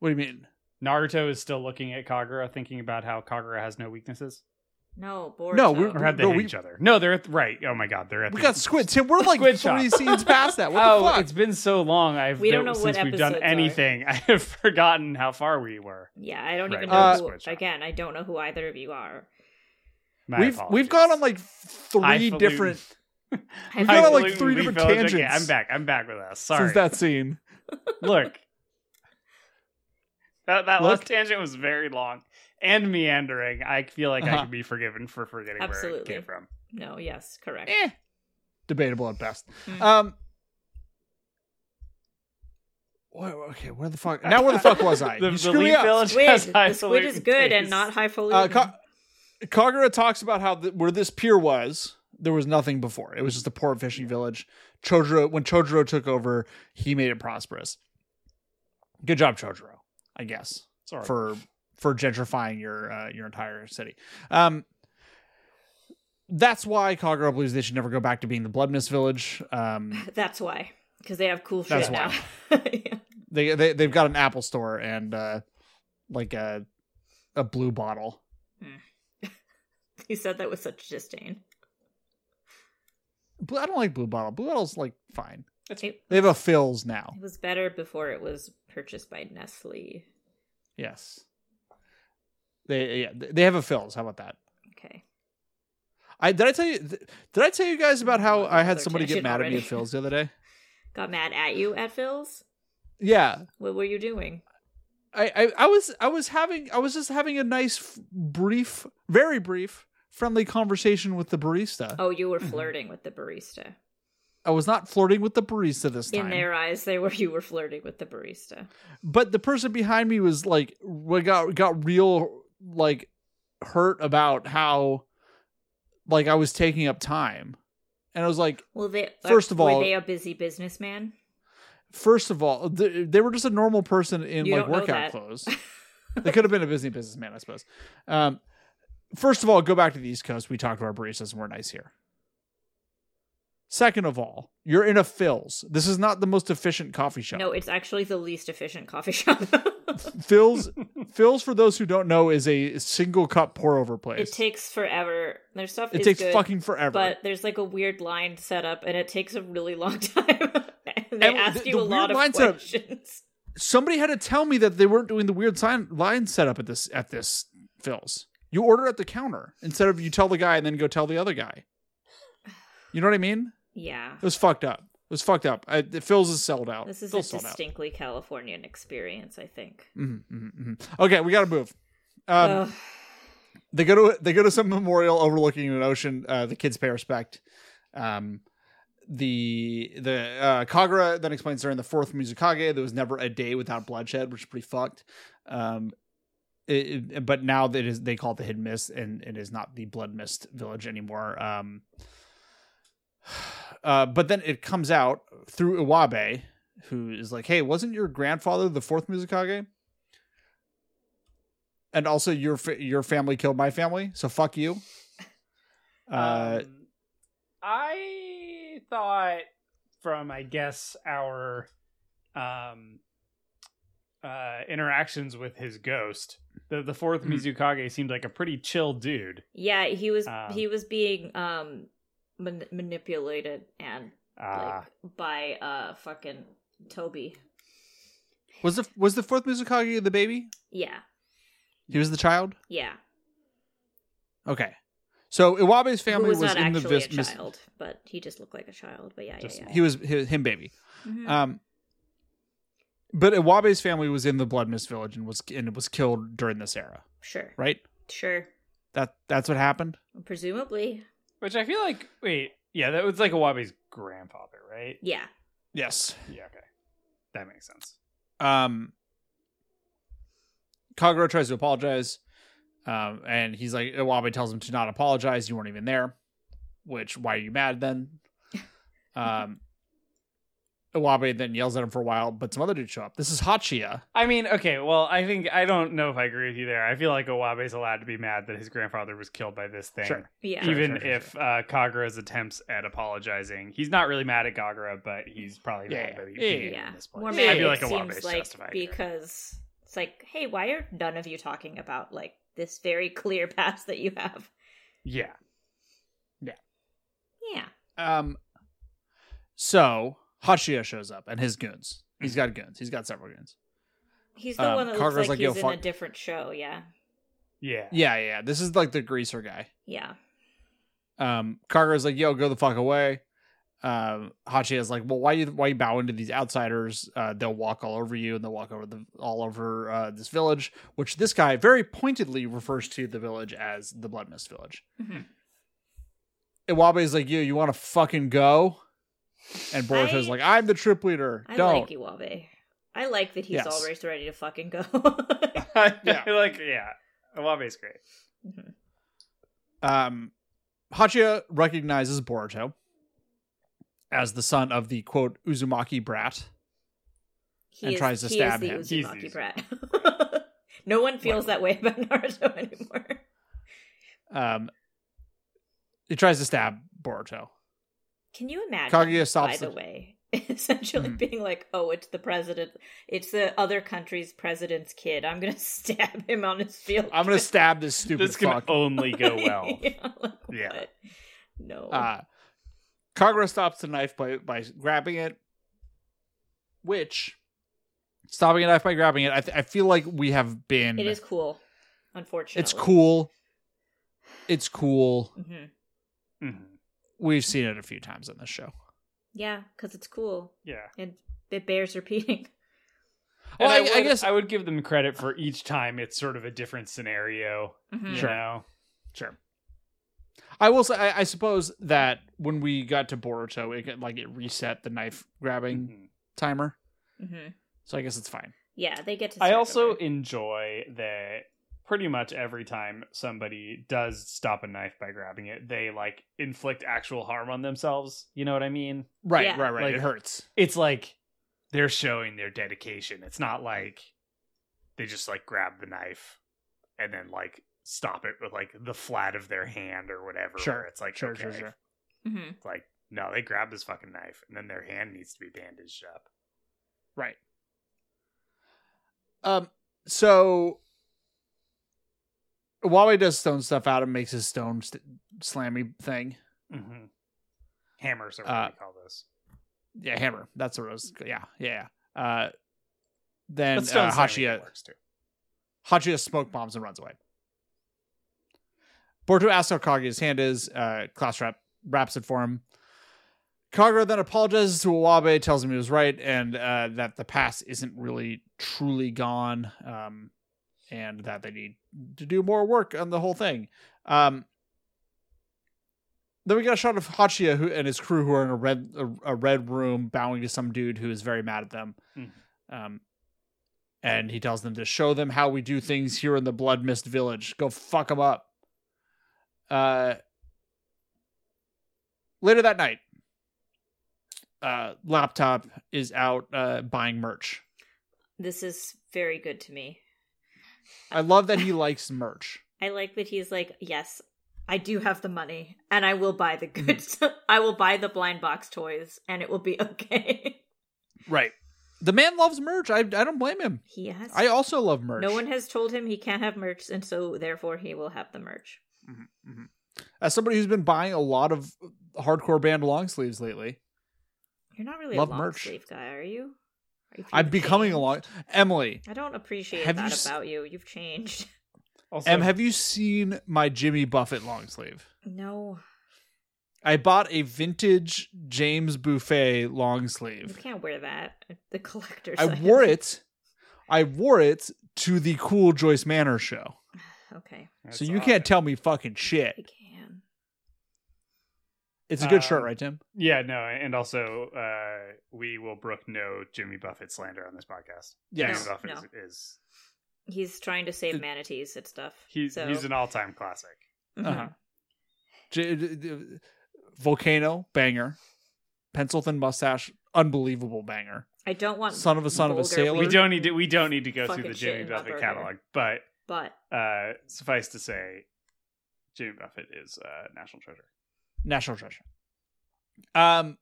[SPEAKER 1] What do you mean?
[SPEAKER 2] Naruto is still looking at Kagura, thinking about how Kagura has no weaknesses.
[SPEAKER 3] No, Boruto.
[SPEAKER 1] No,
[SPEAKER 2] Or have they
[SPEAKER 1] No,
[SPEAKER 2] hate
[SPEAKER 1] we-
[SPEAKER 2] each other? No, they're at the, right. Oh my god, they're at
[SPEAKER 1] We
[SPEAKER 2] the,
[SPEAKER 1] got Squid Tim. We're like
[SPEAKER 2] Squid Shop.
[SPEAKER 1] three scenes past that. What
[SPEAKER 2] oh,
[SPEAKER 1] the fuck?
[SPEAKER 2] it's been so long. I've
[SPEAKER 3] We don't
[SPEAKER 2] that-
[SPEAKER 3] know what
[SPEAKER 2] since we've done
[SPEAKER 3] episodes are.
[SPEAKER 2] anything. I have forgotten how far we were.
[SPEAKER 3] Yeah, I don't
[SPEAKER 2] Right,
[SPEAKER 3] even know.
[SPEAKER 1] uh,
[SPEAKER 3] who,
[SPEAKER 2] Squid Shop.
[SPEAKER 3] again, I don't know who either of you are.
[SPEAKER 2] My
[SPEAKER 1] we've we've
[SPEAKER 2] apologies.
[SPEAKER 1] gone on like three
[SPEAKER 2] Highfalutin-
[SPEAKER 1] different We've
[SPEAKER 3] I
[SPEAKER 1] gone on
[SPEAKER 3] feel
[SPEAKER 1] like three different
[SPEAKER 2] Highfalutin Leaf Village.
[SPEAKER 1] tangents.
[SPEAKER 2] Okay, I'm back. I'm back with us. Sorry.
[SPEAKER 1] since that scene.
[SPEAKER 2] Look, that that
[SPEAKER 1] Look.
[SPEAKER 2] last tangent was very long and meandering. I feel like I
[SPEAKER 1] Uh-huh.
[SPEAKER 2] can be forgiven for forgetting where it
[SPEAKER 3] Absolutely.
[SPEAKER 2] came from.
[SPEAKER 3] No, yes, correct.
[SPEAKER 1] Eh, debatable at best.
[SPEAKER 3] Mm.
[SPEAKER 1] Um. Wha- okay, where the fuck? Now where the fuck was I?
[SPEAKER 2] The,
[SPEAKER 1] you
[SPEAKER 2] the
[SPEAKER 1] screw me
[SPEAKER 2] Leaf
[SPEAKER 1] up.
[SPEAKER 2] Village
[SPEAKER 3] Squid.
[SPEAKER 2] has
[SPEAKER 3] The squid is
[SPEAKER 2] highfalutin
[SPEAKER 3] good and
[SPEAKER 2] taste.
[SPEAKER 3] not highfalutin.
[SPEAKER 1] Uh, Ka- Kagura talks about how th- where this pier was, there was nothing before. It was just a poor fishing village. Chojuro, when Chojuro took over, he made it prosperous. Good job, Chojuro. I guess
[SPEAKER 2] Sorry.
[SPEAKER 1] for for gentrifying your uh, your entire city. Um, that's why Kagura believes they should never go back to being the Bloodness Village. Um,
[SPEAKER 3] That's why. Because they have cool shit
[SPEAKER 1] That's
[SPEAKER 3] now. Yeah.
[SPEAKER 1] they they they've got an Apple store and uh, like a a blue bottle.
[SPEAKER 3] He said that with such disdain.
[SPEAKER 1] Blue, I don't like blue bottle. Blue bottle's like fine.
[SPEAKER 3] It,
[SPEAKER 1] They have a Phils now.
[SPEAKER 3] it was better before it was purchased by Nestle.
[SPEAKER 1] Yes. They yeah, they have a Phils. How about that?
[SPEAKER 3] Okay.
[SPEAKER 1] I did I tell you th- did I tell you guys about how I had
[SPEAKER 3] Another
[SPEAKER 1] somebody get
[SPEAKER 3] tangent
[SPEAKER 1] mad at me at
[SPEAKER 3] already.
[SPEAKER 1] Phils the other day?
[SPEAKER 3] Got mad at you at Phil's?
[SPEAKER 1] Yeah.
[SPEAKER 3] What were you doing?
[SPEAKER 1] I, I I was I was having I was just having a nice f- brief, very brief, friendly conversation with the barista.
[SPEAKER 3] Oh, you were flirting with the barista.
[SPEAKER 1] I was not flirting with the barista this time.
[SPEAKER 3] In their eyes, they were you were flirting with the barista.
[SPEAKER 1] but the person behind me was like we got got real like hurt about how like I was taking up time. And I was like,
[SPEAKER 3] Well, they uh,
[SPEAKER 1] First of all-
[SPEAKER 3] were they a busy businessman?
[SPEAKER 1] first of all, th- they were just a normal person in
[SPEAKER 3] You
[SPEAKER 1] like
[SPEAKER 3] don't know
[SPEAKER 1] workout
[SPEAKER 3] that.
[SPEAKER 1] clothes. they could have been a busy businessman, I suppose. Um, first of all, go back to the East Coast. We talked to our baristas and we're nice here. Second of all, you're in a Phil's. This is not the most efficient coffee shop.
[SPEAKER 3] No, it's actually the least efficient coffee shop.
[SPEAKER 1] Phil's, Phil's, for those who don't know, is a single cup pour over place.
[SPEAKER 3] it takes forever. Their stuff
[SPEAKER 1] It
[SPEAKER 3] is
[SPEAKER 1] takes
[SPEAKER 3] good,
[SPEAKER 1] fucking forever.
[SPEAKER 3] but there's like a weird line set up, and it takes a really long time. And they
[SPEAKER 1] And
[SPEAKER 3] ask
[SPEAKER 1] the-
[SPEAKER 3] you
[SPEAKER 1] the
[SPEAKER 3] a lot
[SPEAKER 1] weird
[SPEAKER 3] of
[SPEAKER 1] line setup-
[SPEAKER 3] questions.
[SPEAKER 1] Somebody had to tell me that they weren't doing the weird sign line setup at this at this Phil's. You order at the counter instead of you tell the guy and then go tell the other guy. You know what I mean?
[SPEAKER 3] Yeah,
[SPEAKER 1] It was fucked up. It was fucked up. I, the Phil's is sold out.
[SPEAKER 3] this is
[SPEAKER 1] Phil's
[SPEAKER 3] a
[SPEAKER 1] sold out.
[SPEAKER 3] distinctly Californian experience, I think.
[SPEAKER 1] Mhm, mhm, mhm. Okay, we gotta move. Um,
[SPEAKER 3] Ugh.
[SPEAKER 1] they go to they go to some memorial overlooking an ocean. Uh, the kids pay respect. Um, the the uh, Kagura then explains they're in the fourth Mizukage. There was never a day without bloodshed, which is pretty fucked. Um, it, it- but now that it is they call it the Hidden Mist, and it is not the Blood Mist Village anymore. Um, uh, but then it comes out through Iwabe, who is like, "Hey, wasn't your grandfather the fourth Mizukage?" and also your fa- your family killed my family, so fuck you. Uh,
[SPEAKER 2] Um, I thought from I guess our um uh interactions with his ghost the the 4th
[SPEAKER 1] Mhm.
[SPEAKER 2] Mizukage seemed like a pretty chill dude.
[SPEAKER 3] yeah, he was
[SPEAKER 2] Um,
[SPEAKER 3] he was being um man- manipulated and
[SPEAKER 2] Uh,
[SPEAKER 3] like
[SPEAKER 1] Ah.
[SPEAKER 3] by uh fucking Toby.
[SPEAKER 1] was the was the fourth Mizukage the baby?
[SPEAKER 3] Yeah,
[SPEAKER 1] He was the child.
[SPEAKER 3] yeah.
[SPEAKER 1] Okay, so Iwabe's
[SPEAKER 3] Who
[SPEAKER 1] family
[SPEAKER 3] was,
[SPEAKER 1] was,
[SPEAKER 3] not
[SPEAKER 1] in the
[SPEAKER 3] actually
[SPEAKER 1] vis-
[SPEAKER 3] a
[SPEAKER 1] mis-
[SPEAKER 3] child, but he just looked like a child. But yeah,
[SPEAKER 2] Just
[SPEAKER 3] yeah, yeah.
[SPEAKER 1] he was hi- him baby.
[SPEAKER 3] Mhm.
[SPEAKER 1] Um, but Iwabe's family was in the Blood Mist Village and was and was killed during this era,
[SPEAKER 3] sure,
[SPEAKER 1] right?
[SPEAKER 3] sure.
[SPEAKER 1] That that's what happened.
[SPEAKER 3] Presumably,
[SPEAKER 2] which I feel like wait, yeah, that was like Awabi's grandfather, right?
[SPEAKER 3] yeah.
[SPEAKER 1] Yes.
[SPEAKER 2] Yeah, okay. That makes sense.
[SPEAKER 1] Um, Kagura tries to apologize, um, and he's like, Iwabe tells him to not apologize. You weren't even there. Which why are you mad then? Um, Iwabe then yells at him for a while, but some other dudes show up. This is Hachiya.
[SPEAKER 2] I mean, okay, well, I think I don't know if I agree with you there. I feel like Awabe's allowed to be mad that his grandfather was killed by this thing.
[SPEAKER 1] Sure.
[SPEAKER 3] Yeah.
[SPEAKER 1] Sure.
[SPEAKER 2] even
[SPEAKER 1] sure,
[SPEAKER 2] if uh, Kagura's attempts at apologizing, he's not really mad at Kagura, but he's probably
[SPEAKER 1] Yeah,
[SPEAKER 2] mad
[SPEAKER 1] yeah,
[SPEAKER 2] that he
[SPEAKER 1] yeah,
[SPEAKER 2] being
[SPEAKER 3] yeah.
[SPEAKER 2] in this place.
[SPEAKER 3] More
[SPEAKER 1] Yeah,
[SPEAKER 3] mad
[SPEAKER 2] I feel
[SPEAKER 3] it
[SPEAKER 2] like Awabe's
[SPEAKER 3] seems like
[SPEAKER 2] justified. here.
[SPEAKER 3] because It's like, hey, why are none of you talking about like this very clear past that you have?
[SPEAKER 2] Yeah.
[SPEAKER 3] Yeah.
[SPEAKER 1] Um, so Hashiya shows up and his goons. He's got goons. He's got several goons.
[SPEAKER 3] He's the
[SPEAKER 1] Um,
[SPEAKER 3] one that
[SPEAKER 1] Cargo's
[SPEAKER 3] looks
[SPEAKER 1] like,
[SPEAKER 3] like,
[SPEAKER 1] "Yo,
[SPEAKER 3] he's in a
[SPEAKER 1] fuck."
[SPEAKER 3] different show, yeah.
[SPEAKER 2] Yeah.
[SPEAKER 1] Yeah, yeah. This is like the greaser guy.
[SPEAKER 3] Yeah.
[SPEAKER 1] Um, Cargo's like, "Yo, go the fuck away." Um, Hachiya's like, "Well, why you why you bowing to these outsiders? Uh, they'll walk all over you, and they'll walk over the all over uh, this village." Which this guy very pointedly refers to the village as the Blood Mist Village.
[SPEAKER 3] Mhm.
[SPEAKER 1] Iwabe's like, "Yo, you want to fucking go?" And Boruto's
[SPEAKER 3] I-
[SPEAKER 1] like, "I'm the trip leader.
[SPEAKER 3] I
[SPEAKER 1] Don't."
[SPEAKER 3] like Iwabe. I like that he's
[SPEAKER 1] Yes.
[SPEAKER 3] always ready to fucking go.
[SPEAKER 1] Yeah.
[SPEAKER 2] like yeah. Awabe's great.
[SPEAKER 1] um, Hachiya recognizes Boruto as the son of the quote Uzumaki brat.
[SPEAKER 3] he
[SPEAKER 1] And
[SPEAKER 3] is,
[SPEAKER 1] tries to
[SPEAKER 3] he
[SPEAKER 1] stab him.
[SPEAKER 3] is the
[SPEAKER 2] He's
[SPEAKER 3] Uzumaki
[SPEAKER 2] the
[SPEAKER 3] brat. no one feels that way about Naruto anymore.
[SPEAKER 1] Um, he tries to stab Boruto.
[SPEAKER 3] Can you imagine?
[SPEAKER 1] Kaguya stops
[SPEAKER 3] By the
[SPEAKER 1] the-
[SPEAKER 3] way, essentially
[SPEAKER 1] Mhm.
[SPEAKER 3] being like, "Oh, it's the president. It's the other country's president's kid. I'm gonna stab him on his field.
[SPEAKER 1] I'm gonna stab this stupid
[SPEAKER 2] This can
[SPEAKER 1] fuck.
[SPEAKER 2] only go well.
[SPEAKER 3] Yeah, like,
[SPEAKER 2] Yeah.
[SPEAKER 3] what? No.
[SPEAKER 1] Uh, Kagura stops the knife by by grabbing it, which stopping a knife by grabbing it. I, th- I feel like we have been.
[SPEAKER 3] it is cool. Unfortunately,
[SPEAKER 1] It's cool. It's cool.
[SPEAKER 3] hmm
[SPEAKER 2] Mhm.
[SPEAKER 1] We've seen it a few times on this show.
[SPEAKER 3] Yeah, because it's cool
[SPEAKER 2] Yeah.
[SPEAKER 3] and it bears repeating.
[SPEAKER 1] Well,
[SPEAKER 2] And
[SPEAKER 1] I- I
[SPEAKER 2] would-
[SPEAKER 1] guess-
[SPEAKER 2] I would give them credit for each time it's sort of a different scenario.
[SPEAKER 3] Mm-hmm.
[SPEAKER 2] You
[SPEAKER 1] Sure.
[SPEAKER 2] know?
[SPEAKER 1] Sure. I will say, I, I suppose that when we got to Boruto, it got- like it reset the knife grabbing
[SPEAKER 3] Mm-hmm.
[SPEAKER 2] Mhm.
[SPEAKER 1] timer.
[SPEAKER 3] hmm
[SPEAKER 1] So I guess it's fine.
[SPEAKER 3] Yeah, they get to.
[SPEAKER 2] I
[SPEAKER 3] serve
[SPEAKER 2] also
[SPEAKER 3] it.
[SPEAKER 2] enjoy that pretty much every time somebody does stop a knife by grabbing it, they like inflict actual harm on themselves. You know what I mean?
[SPEAKER 1] Right,
[SPEAKER 3] Yeah.
[SPEAKER 1] right, right.
[SPEAKER 2] Like-
[SPEAKER 1] it hurts.
[SPEAKER 2] It's like they're showing their dedication. It's not like they just like grab the knife and then like stop it with like the flat of their hand or whatever.
[SPEAKER 1] Sure.
[SPEAKER 2] where It's like
[SPEAKER 1] Sure,
[SPEAKER 2] okay,
[SPEAKER 1] sure, sure.
[SPEAKER 3] Mhm.
[SPEAKER 2] Like no, they grab this fucking knife and then their hand needs to be bandaged up.
[SPEAKER 1] Right. Um. So Huawei does stone stuff out and makes his stone st- slammy thing.
[SPEAKER 2] Mm-hmm. Hammers or what
[SPEAKER 1] Uh,
[SPEAKER 2] we call those.
[SPEAKER 1] Yeah, hammer. That's what it was. Yeah, yeah. yeah. Uh, then
[SPEAKER 2] But stone
[SPEAKER 1] uh,
[SPEAKER 2] slamming
[SPEAKER 1] Hachiya
[SPEAKER 2] works too.
[SPEAKER 1] Hachiya smoke bombs and runs away. Boruto asks how Kaguya's hand is. Uh, class rap wraps it for him. Kagura then apologizes to Awabe, tells him he was right, and uh, that the past isn't really truly gone, um, and that they need to do more work on the whole thing. Um, then we get a shot of Hachiya who, and his crew who are in a red a, a red room bowing to some dude who is very mad at them.
[SPEAKER 2] Mhm.
[SPEAKER 1] Um, and he tells them to show them how we do things here in the Blood Mist Village. Go fuck them up. Uh, later that night, uh, laptop is out uh, buying merch.
[SPEAKER 3] This is very good to me.
[SPEAKER 1] I love that he likes merch.
[SPEAKER 3] I like that he's like, yes, I do have the money, and I will buy the goods. I will buy the blind box toys, and it will be okay.
[SPEAKER 1] Right. The man loves merch. I I don't blame him.
[SPEAKER 3] he has.
[SPEAKER 1] I also love merch.
[SPEAKER 3] No one has told him he can't have merch, and so therefore he will have the merch.
[SPEAKER 1] Mhm, mhm. As somebody who's been buying a lot of hardcore band long sleeves lately,
[SPEAKER 3] You're not really
[SPEAKER 1] Love
[SPEAKER 3] a long
[SPEAKER 1] merch.
[SPEAKER 3] sleeve guy, are you? Are you
[SPEAKER 1] I'm becoming a long. Emily,
[SPEAKER 3] I don't appreciate
[SPEAKER 1] Have you
[SPEAKER 3] that
[SPEAKER 1] s-
[SPEAKER 3] about you. You've changed.
[SPEAKER 2] Also,
[SPEAKER 1] Em, have you seen my Jimmy Buffett long sleeve?
[SPEAKER 3] No,
[SPEAKER 1] I bought a vintage James Buffet long
[SPEAKER 3] you
[SPEAKER 1] sleeve.
[SPEAKER 3] can't wear that. The collector's.
[SPEAKER 1] I
[SPEAKER 3] item.
[SPEAKER 1] wore it. I wore it to the cool Joyce Manor show.
[SPEAKER 3] Okay,
[SPEAKER 1] so you can't tell me fucking
[SPEAKER 3] I
[SPEAKER 1] shit.
[SPEAKER 3] can.
[SPEAKER 1] It's a good shirt,
[SPEAKER 2] Um,
[SPEAKER 1] right, Tim?
[SPEAKER 2] Yeah, no, and also uh, we will brook no Jimmy Buffett slander on this podcast.
[SPEAKER 1] Yes.
[SPEAKER 2] Jimmy Buffett
[SPEAKER 3] No.
[SPEAKER 2] is, is
[SPEAKER 3] He's trying to
[SPEAKER 1] It-
[SPEAKER 3] save manatees and stuff.
[SPEAKER 2] he's
[SPEAKER 3] so,
[SPEAKER 2] he's an all time classic.
[SPEAKER 3] Mhm.
[SPEAKER 1] Uh-huh. J- d- d- volcano banger, pencil thin mustache, unbelievable banger.
[SPEAKER 3] I don't want
[SPEAKER 1] Son of a son of a
[SPEAKER 3] vulgar
[SPEAKER 1] sailor.
[SPEAKER 2] We
[SPEAKER 1] Blur-
[SPEAKER 2] don't need to we don't need to go
[SPEAKER 3] Fucking
[SPEAKER 2] through the
[SPEAKER 3] shit
[SPEAKER 2] Jimmy
[SPEAKER 3] in my
[SPEAKER 2] Buffett
[SPEAKER 3] burger.
[SPEAKER 2] catalog, but
[SPEAKER 3] But
[SPEAKER 2] uh, suffice to say, Jimmy Buffett is uh, national treasure.
[SPEAKER 1] National treasure. Um,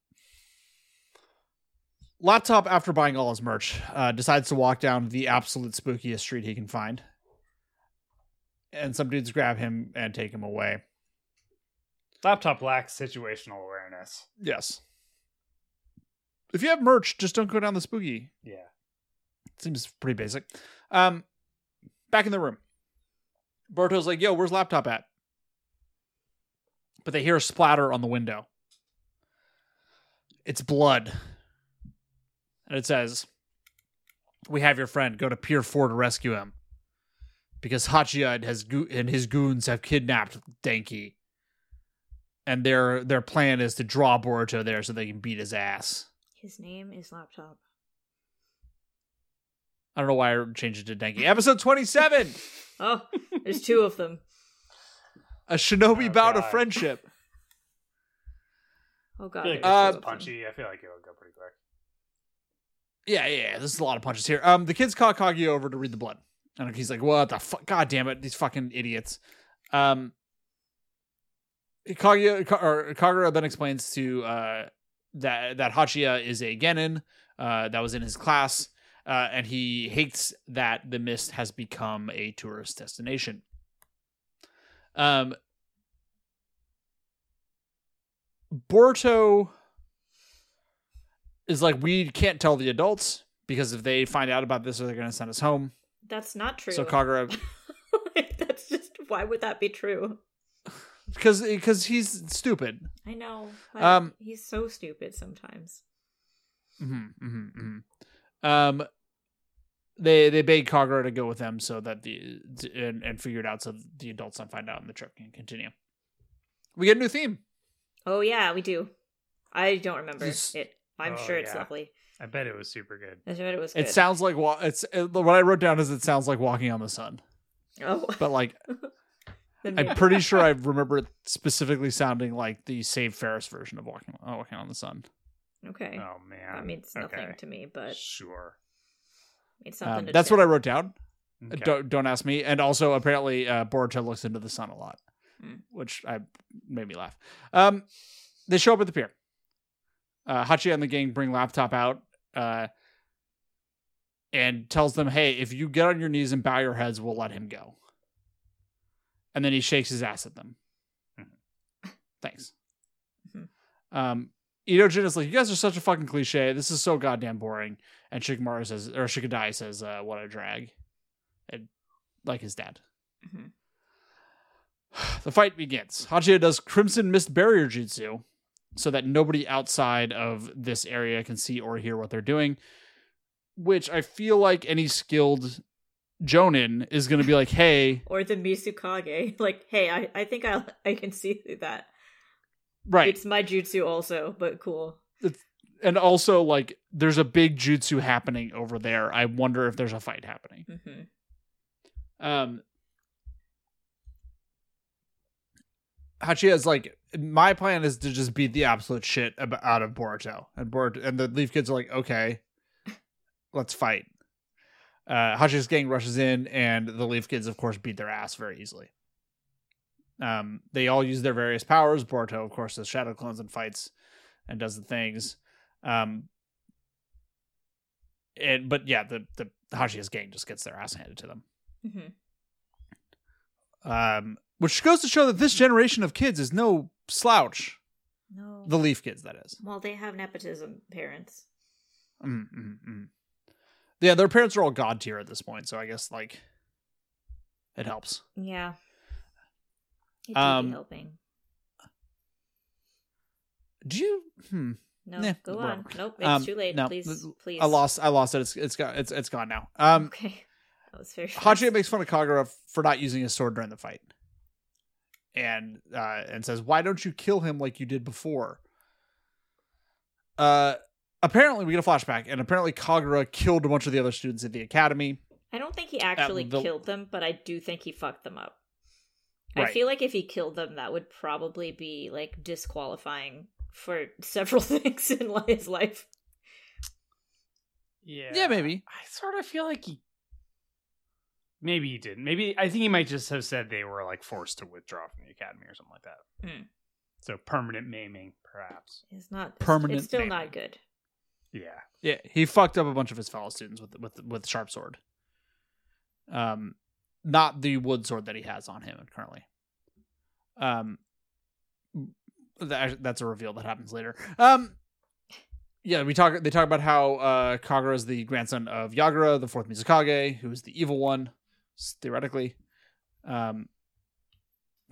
[SPEAKER 1] Laptop, after buying all his merch, uh, decides to walk down the absolute spookiest street he can find. And some dudes grab him and take him away.
[SPEAKER 2] Laptop lacks situational awareness.
[SPEAKER 1] Yes. If you have merch, just don't go down the spooky.
[SPEAKER 2] Yeah.
[SPEAKER 1] Seems pretty basic. Um, back in the room, Berto's like, "Yo, where's laptop at?" But they hear a splatter on the window. It's blood, and it says, "We have your friend. Go to Pier Four to rescue him, because Hachiad has goo- and his goons have kidnapped Danky, and their their plan is to draw Boruto there so they can beat his ass."
[SPEAKER 3] His name is Laptop.
[SPEAKER 1] I don't know why I changed it to Denki. Episode 27
[SPEAKER 3] Oh, there's two of them.
[SPEAKER 1] A Shinobi
[SPEAKER 2] Oh,
[SPEAKER 1] Bout
[SPEAKER 2] God.
[SPEAKER 1] of Friendship.
[SPEAKER 3] Oh
[SPEAKER 2] I
[SPEAKER 3] god.
[SPEAKER 2] feel like
[SPEAKER 3] there's
[SPEAKER 1] Uh,
[SPEAKER 2] this
[SPEAKER 3] two
[SPEAKER 2] was
[SPEAKER 3] of them.
[SPEAKER 2] punchy. I feel like it'll go pretty quick.
[SPEAKER 1] Yeah, yeah, yeah. This is a lot of punches here. Um, the kids call Kaguya over to read the blood. And he's like, what the fuck? God damn it. These fucking idiots. Um, Kaguya, Ka- or Kagura then explains to uh, that, that Hachiya is a Genin uh, that was in his class. Uh, and he hates that the mist has become a tourist destination. Um, Borto is like we can't tell the adults because if they find out about this, they're going to send us home.
[SPEAKER 3] That's not true.
[SPEAKER 1] So Kagura,
[SPEAKER 3] Like, That's just why would that be true?
[SPEAKER 1] because because he's stupid.
[SPEAKER 3] I know. but
[SPEAKER 1] Um,
[SPEAKER 3] he's so stupid sometimes.
[SPEAKER 1] hmm hmm hmm Um, they they beg Kagura to go with them so that the and, and figure it out so the adults don't find out and the trip can continue. We get a new theme.
[SPEAKER 3] Oh yeah, we do. I don't remember
[SPEAKER 1] This-
[SPEAKER 3] it. I'm
[SPEAKER 2] Oh,
[SPEAKER 3] sure it's
[SPEAKER 2] yeah.
[SPEAKER 3] lovely.
[SPEAKER 2] I bet it was super good.
[SPEAKER 3] I bet it was good.
[SPEAKER 1] It sounds like wa- it's it, what I wrote down is it sounds like walking on the sun,
[SPEAKER 3] oh,
[SPEAKER 1] but like
[SPEAKER 3] then
[SPEAKER 1] I'm pretty sure I remember it specifically sounding like the Save Ferris version of walking uh, walking on the sun.
[SPEAKER 3] okay.
[SPEAKER 2] Oh man.
[SPEAKER 3] that means nothing
[SPEAKER 2] okay.
[SPEAKER 3] to me, but
[SPEAKER 2] Sure.
[SPEAKER 3] it's something.
[SPEAKER 1] Um,
[SPEAKER 3] to
[SPEAKER 1] that's
[SPEAKER 3] check.
[SPEAKER 1] what I wrote down.
[SPEAKER 2] Okay.
[SPEAKER 1] Uh, Don't don't ask me. And also, apparently, uh, Boruto looks into the sun a lot,
[SPEAKER 3] Hmm.
[SPEAKER 1] which I made me laugh. Um, they show up at the pier. Uh, Hachi and the gang bring laptop out uh, and tells them, "Hey, if you get on your knees and bow your heads, we'll let him go." And then he shakes his ass at them. Thanks.
[SPEAKER 3] Mhm.
[SPEAKER 1] Um, Idojin is like, "You guys are such a fucking cliche. This is so goddamn boring." And Shikamaru says, or Shikadai says, uh, "What a drag." like his dad.
[SPEAKER 3] Mhm.
[SPEAKER 1] The fight begins. Hachiya does Crimson Mist Barrier Jutsu so that nobody outside of this area can see or hear what they're doing, which I feel like any skilled Jonin is going to be like, hey,
[SPEAKER 3] Or the Misukage. Like, hey, I, I think I I can see through that.
[SPEAKER 1] right.
[SPEAKER 3] It's my jutsu also, but cool.
[SPEAKER 1] And also, like, there's a big jutsu happening over there. I wonder if there's a fight happening.
[SPEAKER 3] hmm
[SPEAKER 1] Um, Hachiya is like, my plan is to just beat the absolute shit ab- out of Boruto, and Boruto, and the Leaf Kids are like, okay, let's fight. Uh, Hachiya's gang rushes in, and the Leaf Kids, of course, beat their ass very easily. Um, they all use their various powers. Boruto, of course, does shadow clones and fights, and does the things. Um, and but yeah, the the Hachiya's gang just gets their ass handed to them
[SPEAKER 3] hmm
[SPEAKER 1] um, which goes to show that this generation of kids is no slouch.
[SPEAKER 3] No.
[SPEAKER 1] The Leaf kids, that is.
[SPEAKER 3] well, they have nepotism parents.
[SPEAKER 1] Mm, mm, mm. Yeah, their parents are all god tier at this point, so I guess like it helps.
[SPEAKER 3] Yeah. It could
[SPEAKER 1] Um,
[SPEAKER 3] be helping.
[SPEAKER 1] Do you? Hmm,
[SPEAKER 3] No,
[SPEAKER 1] nah,
[SPEAKER 3] go
[SPEAKER 1] whatever.
[SPEAKER 3] on. Nope, it's
[SPEAKER 1] Um,
[SPEAKER 3] too late.
[SPEAKER 1] no,
[SPEAKER 3] please,
[SPEAKER 1] th-
[SPEAKER 3] please.
[SPEAKER 1] I lost. I lost it. It's it's got it's it's gone now. Um,
[SPEAKER 3] Okay, that was very. fast.
[SPEAKER 1] Hachiya makes fun of Kagura for not using his sword during the fight, and uh, and says, "Why don't you kill him like you did before?" Uh, apparently we get a flashback, and apparently Kagura killed a bunch of the other students at the academy.
[SPEAKER 3] I don't think he actually
[SPEAKER 1] the-
[SPEAKER 3] killed them, but I do think he fucked them up. I
[SPEAKER 1] Right.
[SPEAKER 3] feel like if he killed them, that would probably be like disqualifying for several things in li- his life.
[SPEAKER 2] Yeah.
[SPEAKER 1] Yeah, maybe.
[SPEAKER 2] I sort of feel like he. Maybe he didn't. Maybe I think he might just have said they were like forced to withdraw from the academy or something like that.
[SPEAKER 3] Hmm.
[SPEAKER 2] So permanent maiming, perhaps.
[SPEAKER 3] It's not it's-
[SPEAKER 1] Permanent
[SPEAKER 3] It's still
[SPEAKER 1] ban.
[SPEAKER 3] not good.
[SPEAKER 2] Yeah.
[SPEAKER 1] Yeah, he fucked up a bunch of his fellow students with with with sharp sword. Um, not the wood sword that he has on him currently. Um, that, that's a reveal that happens later. Um, yeah, we talk. They talk about how uh, Kagura is the grandson of Yagura, the fourth Mizukage, who is the evil one, s- theoretically. Um,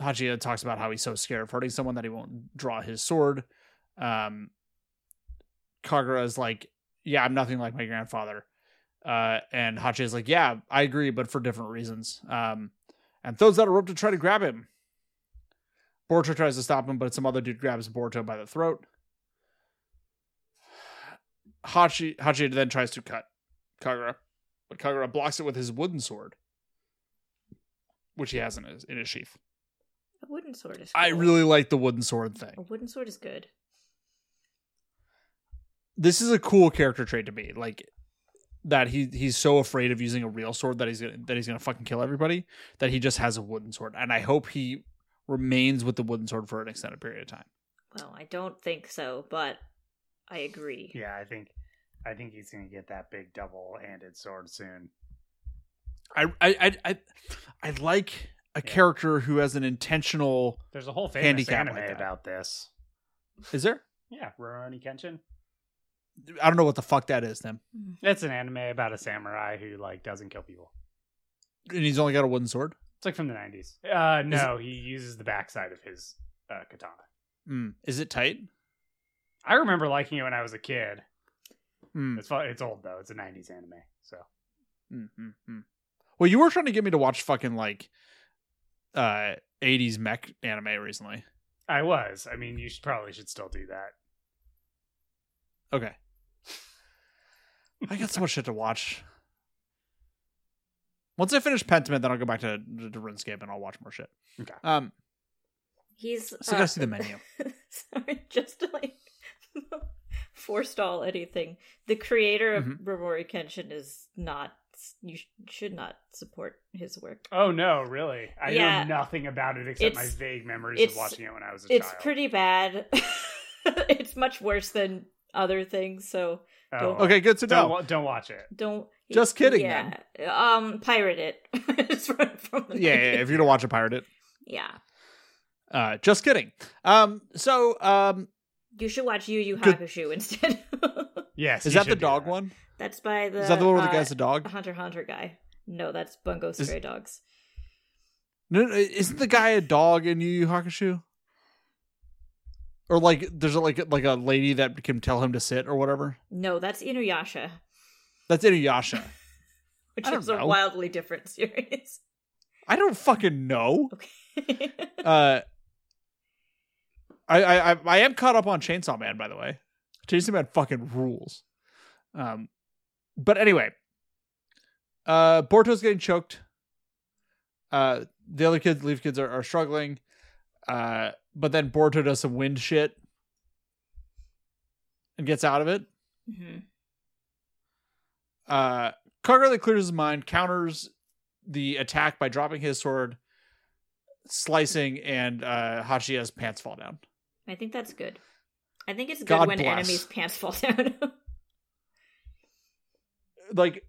[SPEAKER 1] Hachiya talks about how he's so scared of hurting someone that he won't draw his sword. Um, Kagura is like, "Yeah, I'm nothing like my grandfather," uh, and Hachiya is like, "Yeah, I agree, but for different reasons." Um, and throws out a rope to try to grab him. Borto tries to stop him, but some other dude grabs Borto by the throat. Hachi Hachi then tries to cut Kagura, but Kagura blocks it with his wooden sword, which he has in his in his sheath.
[SPEAKER 3] A wooden sword is.
[SPEAKER 1] I
[SPEAKER 3] cool.
[SPEAKER 1] really like the wooden sword thing.
[SPEAKER 3] A wooden sword is good.
[SPEAKER 1] This is a cool character trait to me. Like that he he's so afraid of using a real sword that he's gonna, that he's gonna fucking kill everybody that he just has a wooden sword, and I hope he remains with the wooden sword for an extended period of time.
[SPEAKER 3] Well, I don't think so, but I agree.
[SPEAKER 2] Yeah, I think I think he's gonna get that big double handed sword soon.
[SPEAKER 1] I I I I, I like a
[SPEAKER 2] Yeah.
[SPEAKER 1] character who has an intentional.
[SPEAKER 2] There's a whole famous
[SPEAKER 1] Handicap
[SPEAKER 2] anime
[SPEAKER 1] like that.
[SPEAKER 2] about this.
[SPEAKER 1] Is there?
[SPEAKER 2] Yeah, Rurouni Kenshin.
[SPEAKER 1] I don't know what the fuck that is, Tim.
[SPEAKER 2] It's an anime about a samurai who like doesn't kill people.
[SPEAKER 1] And he's only got a wooden sword.
[SPEAKER 2] It's like from the nineties. Uh no, he uses the backside of his uh, katana.
[SPEAKER 1] Mm. Is it tight?
[SPEAKER 2] I remember liking it when I was a kid.
[SPEAKER 1] Mm.
[SPEAKER 2] It's fu- it's old though. It's a nineties anime. So
[SPEAKER 1] Mm, mm, mm. Well, you were trying to get me to watch fucking like uh 80s mech anime recently.
[SPEAKER 2] I was. I mean, you should probably should still do that.
[SPEAKER 1] Okay. I got so much shit to watch. Once I finish Pentiment, then I'll go back to, to, to RuneScape and I'll watch more shit.
[SPEAKER 2] Okay.
[SPEAKER 1] Um,
[SPEAKER 3] He's. uh,
[SPEAKER 1] so I gotta see the menu.
[SPEAKER 3] sorry, just to like forestall anything. The creator of
[SPEAKER 1] Mhm.
[SPEAKER 3] Rurouni Kenshin is not. You sh- should not support his work.
[SPEAKER 2] Oh no, really? I
[SPEAKER 3] Yeah.
[SPEAKER 2] know nothing about it except my
[SPEAKER 3] It's-
[SPEAKER 2] vague memories
[SPEAKER 3] it's-
[SPEAKER 2] of watching it when I was a
[SPEAKER 3] It's
[SPEAKER 2] child.
[SPEAKER 3] pretty bad. it's much worse than other things. So
[SPEAKER 2] Oh,
[SPEAKER 1] Okay, good to
[SPEAKER 2] Don't
[SPEAKER 1] know.
[SPEAKER 2] wa- don't watch it.
[SPEAKER 3] don't.
[SPEAKER 1] Just kidding,
[SPEAKER 3] Yeah. Um, pirate it. it's from, from the
[SPEAKER 1] yeah, yeah, yeah, if you don't watch it, pirate it.
[SPEAKER 3] yeah.
[SPEAKER 1] Uh, just kidding. Um, so um,
[SPEAKER 3] You should watch Yu Yu
[SPEAKER 1] Good.
[SPEAKER 3] Hakusho instead.
[SPEAKER 2] Yes.
[SPEAKER 1] is
[SPEAKER 2] you
[SPEAKER 1] that the
[SPEAKER 2] should do
[SPEAKER 1] dog
[SPEAKER 2] that.
[SPEAKER 1] one?
[SPEAKER 3] that's by the
[SPEAKER 1] Is that the one where the
[SPEAKER 3] uh,
[SPEAKER 1] guy's a dog?
[SPEAKER 3] Hunter x Hunter guy. No, that's Bungo Stray Dogs.
[SPEAKER 1] No, no, isn't the guy a dog in Yu Yu Hakusho? Or like, there's a, like like a lady that can tell him to sit or whatever.
[SPEAKER 3] No, that's Inuyasha,
[SPEAKER 1] That's Inuyasha.
[SPEAKER 3] which
[SPEAKER 1] I don't
[SPEAKER 3] is a
[SPEAKER 1] know.
[SPEAKER 3] wildly different series. Mm-hmm.
[SPEAKER 1] I don't fucking know.
[SPEAKER 3] Okay.
[SPEAKER 1] Uh, I, I I I am caught up on Chainsaw Man by the way. Chainsaw Man fucking rules. Um, but anyway, uh, Borto's getting choked. Uh, the other kids, leaf kids, are, are struggling. Uh, but then Borto does some wind shit and gets out of it.
[SPEAKER 3] Mhm.
[SPEAKER 1] Uh, Kagura that clears his mind counters the attack by dropping his sword, slicing, and uh, Hachiya's pants fall down.
[SPEAKER 3] I think that's good. I think it's good
[SPEAKER 1] God
[SPEAKER 3] when
[SPEAKER 1] bless.
[SPEAKER 3] enemies' pants fall down.
[SPEAKER 1] Like,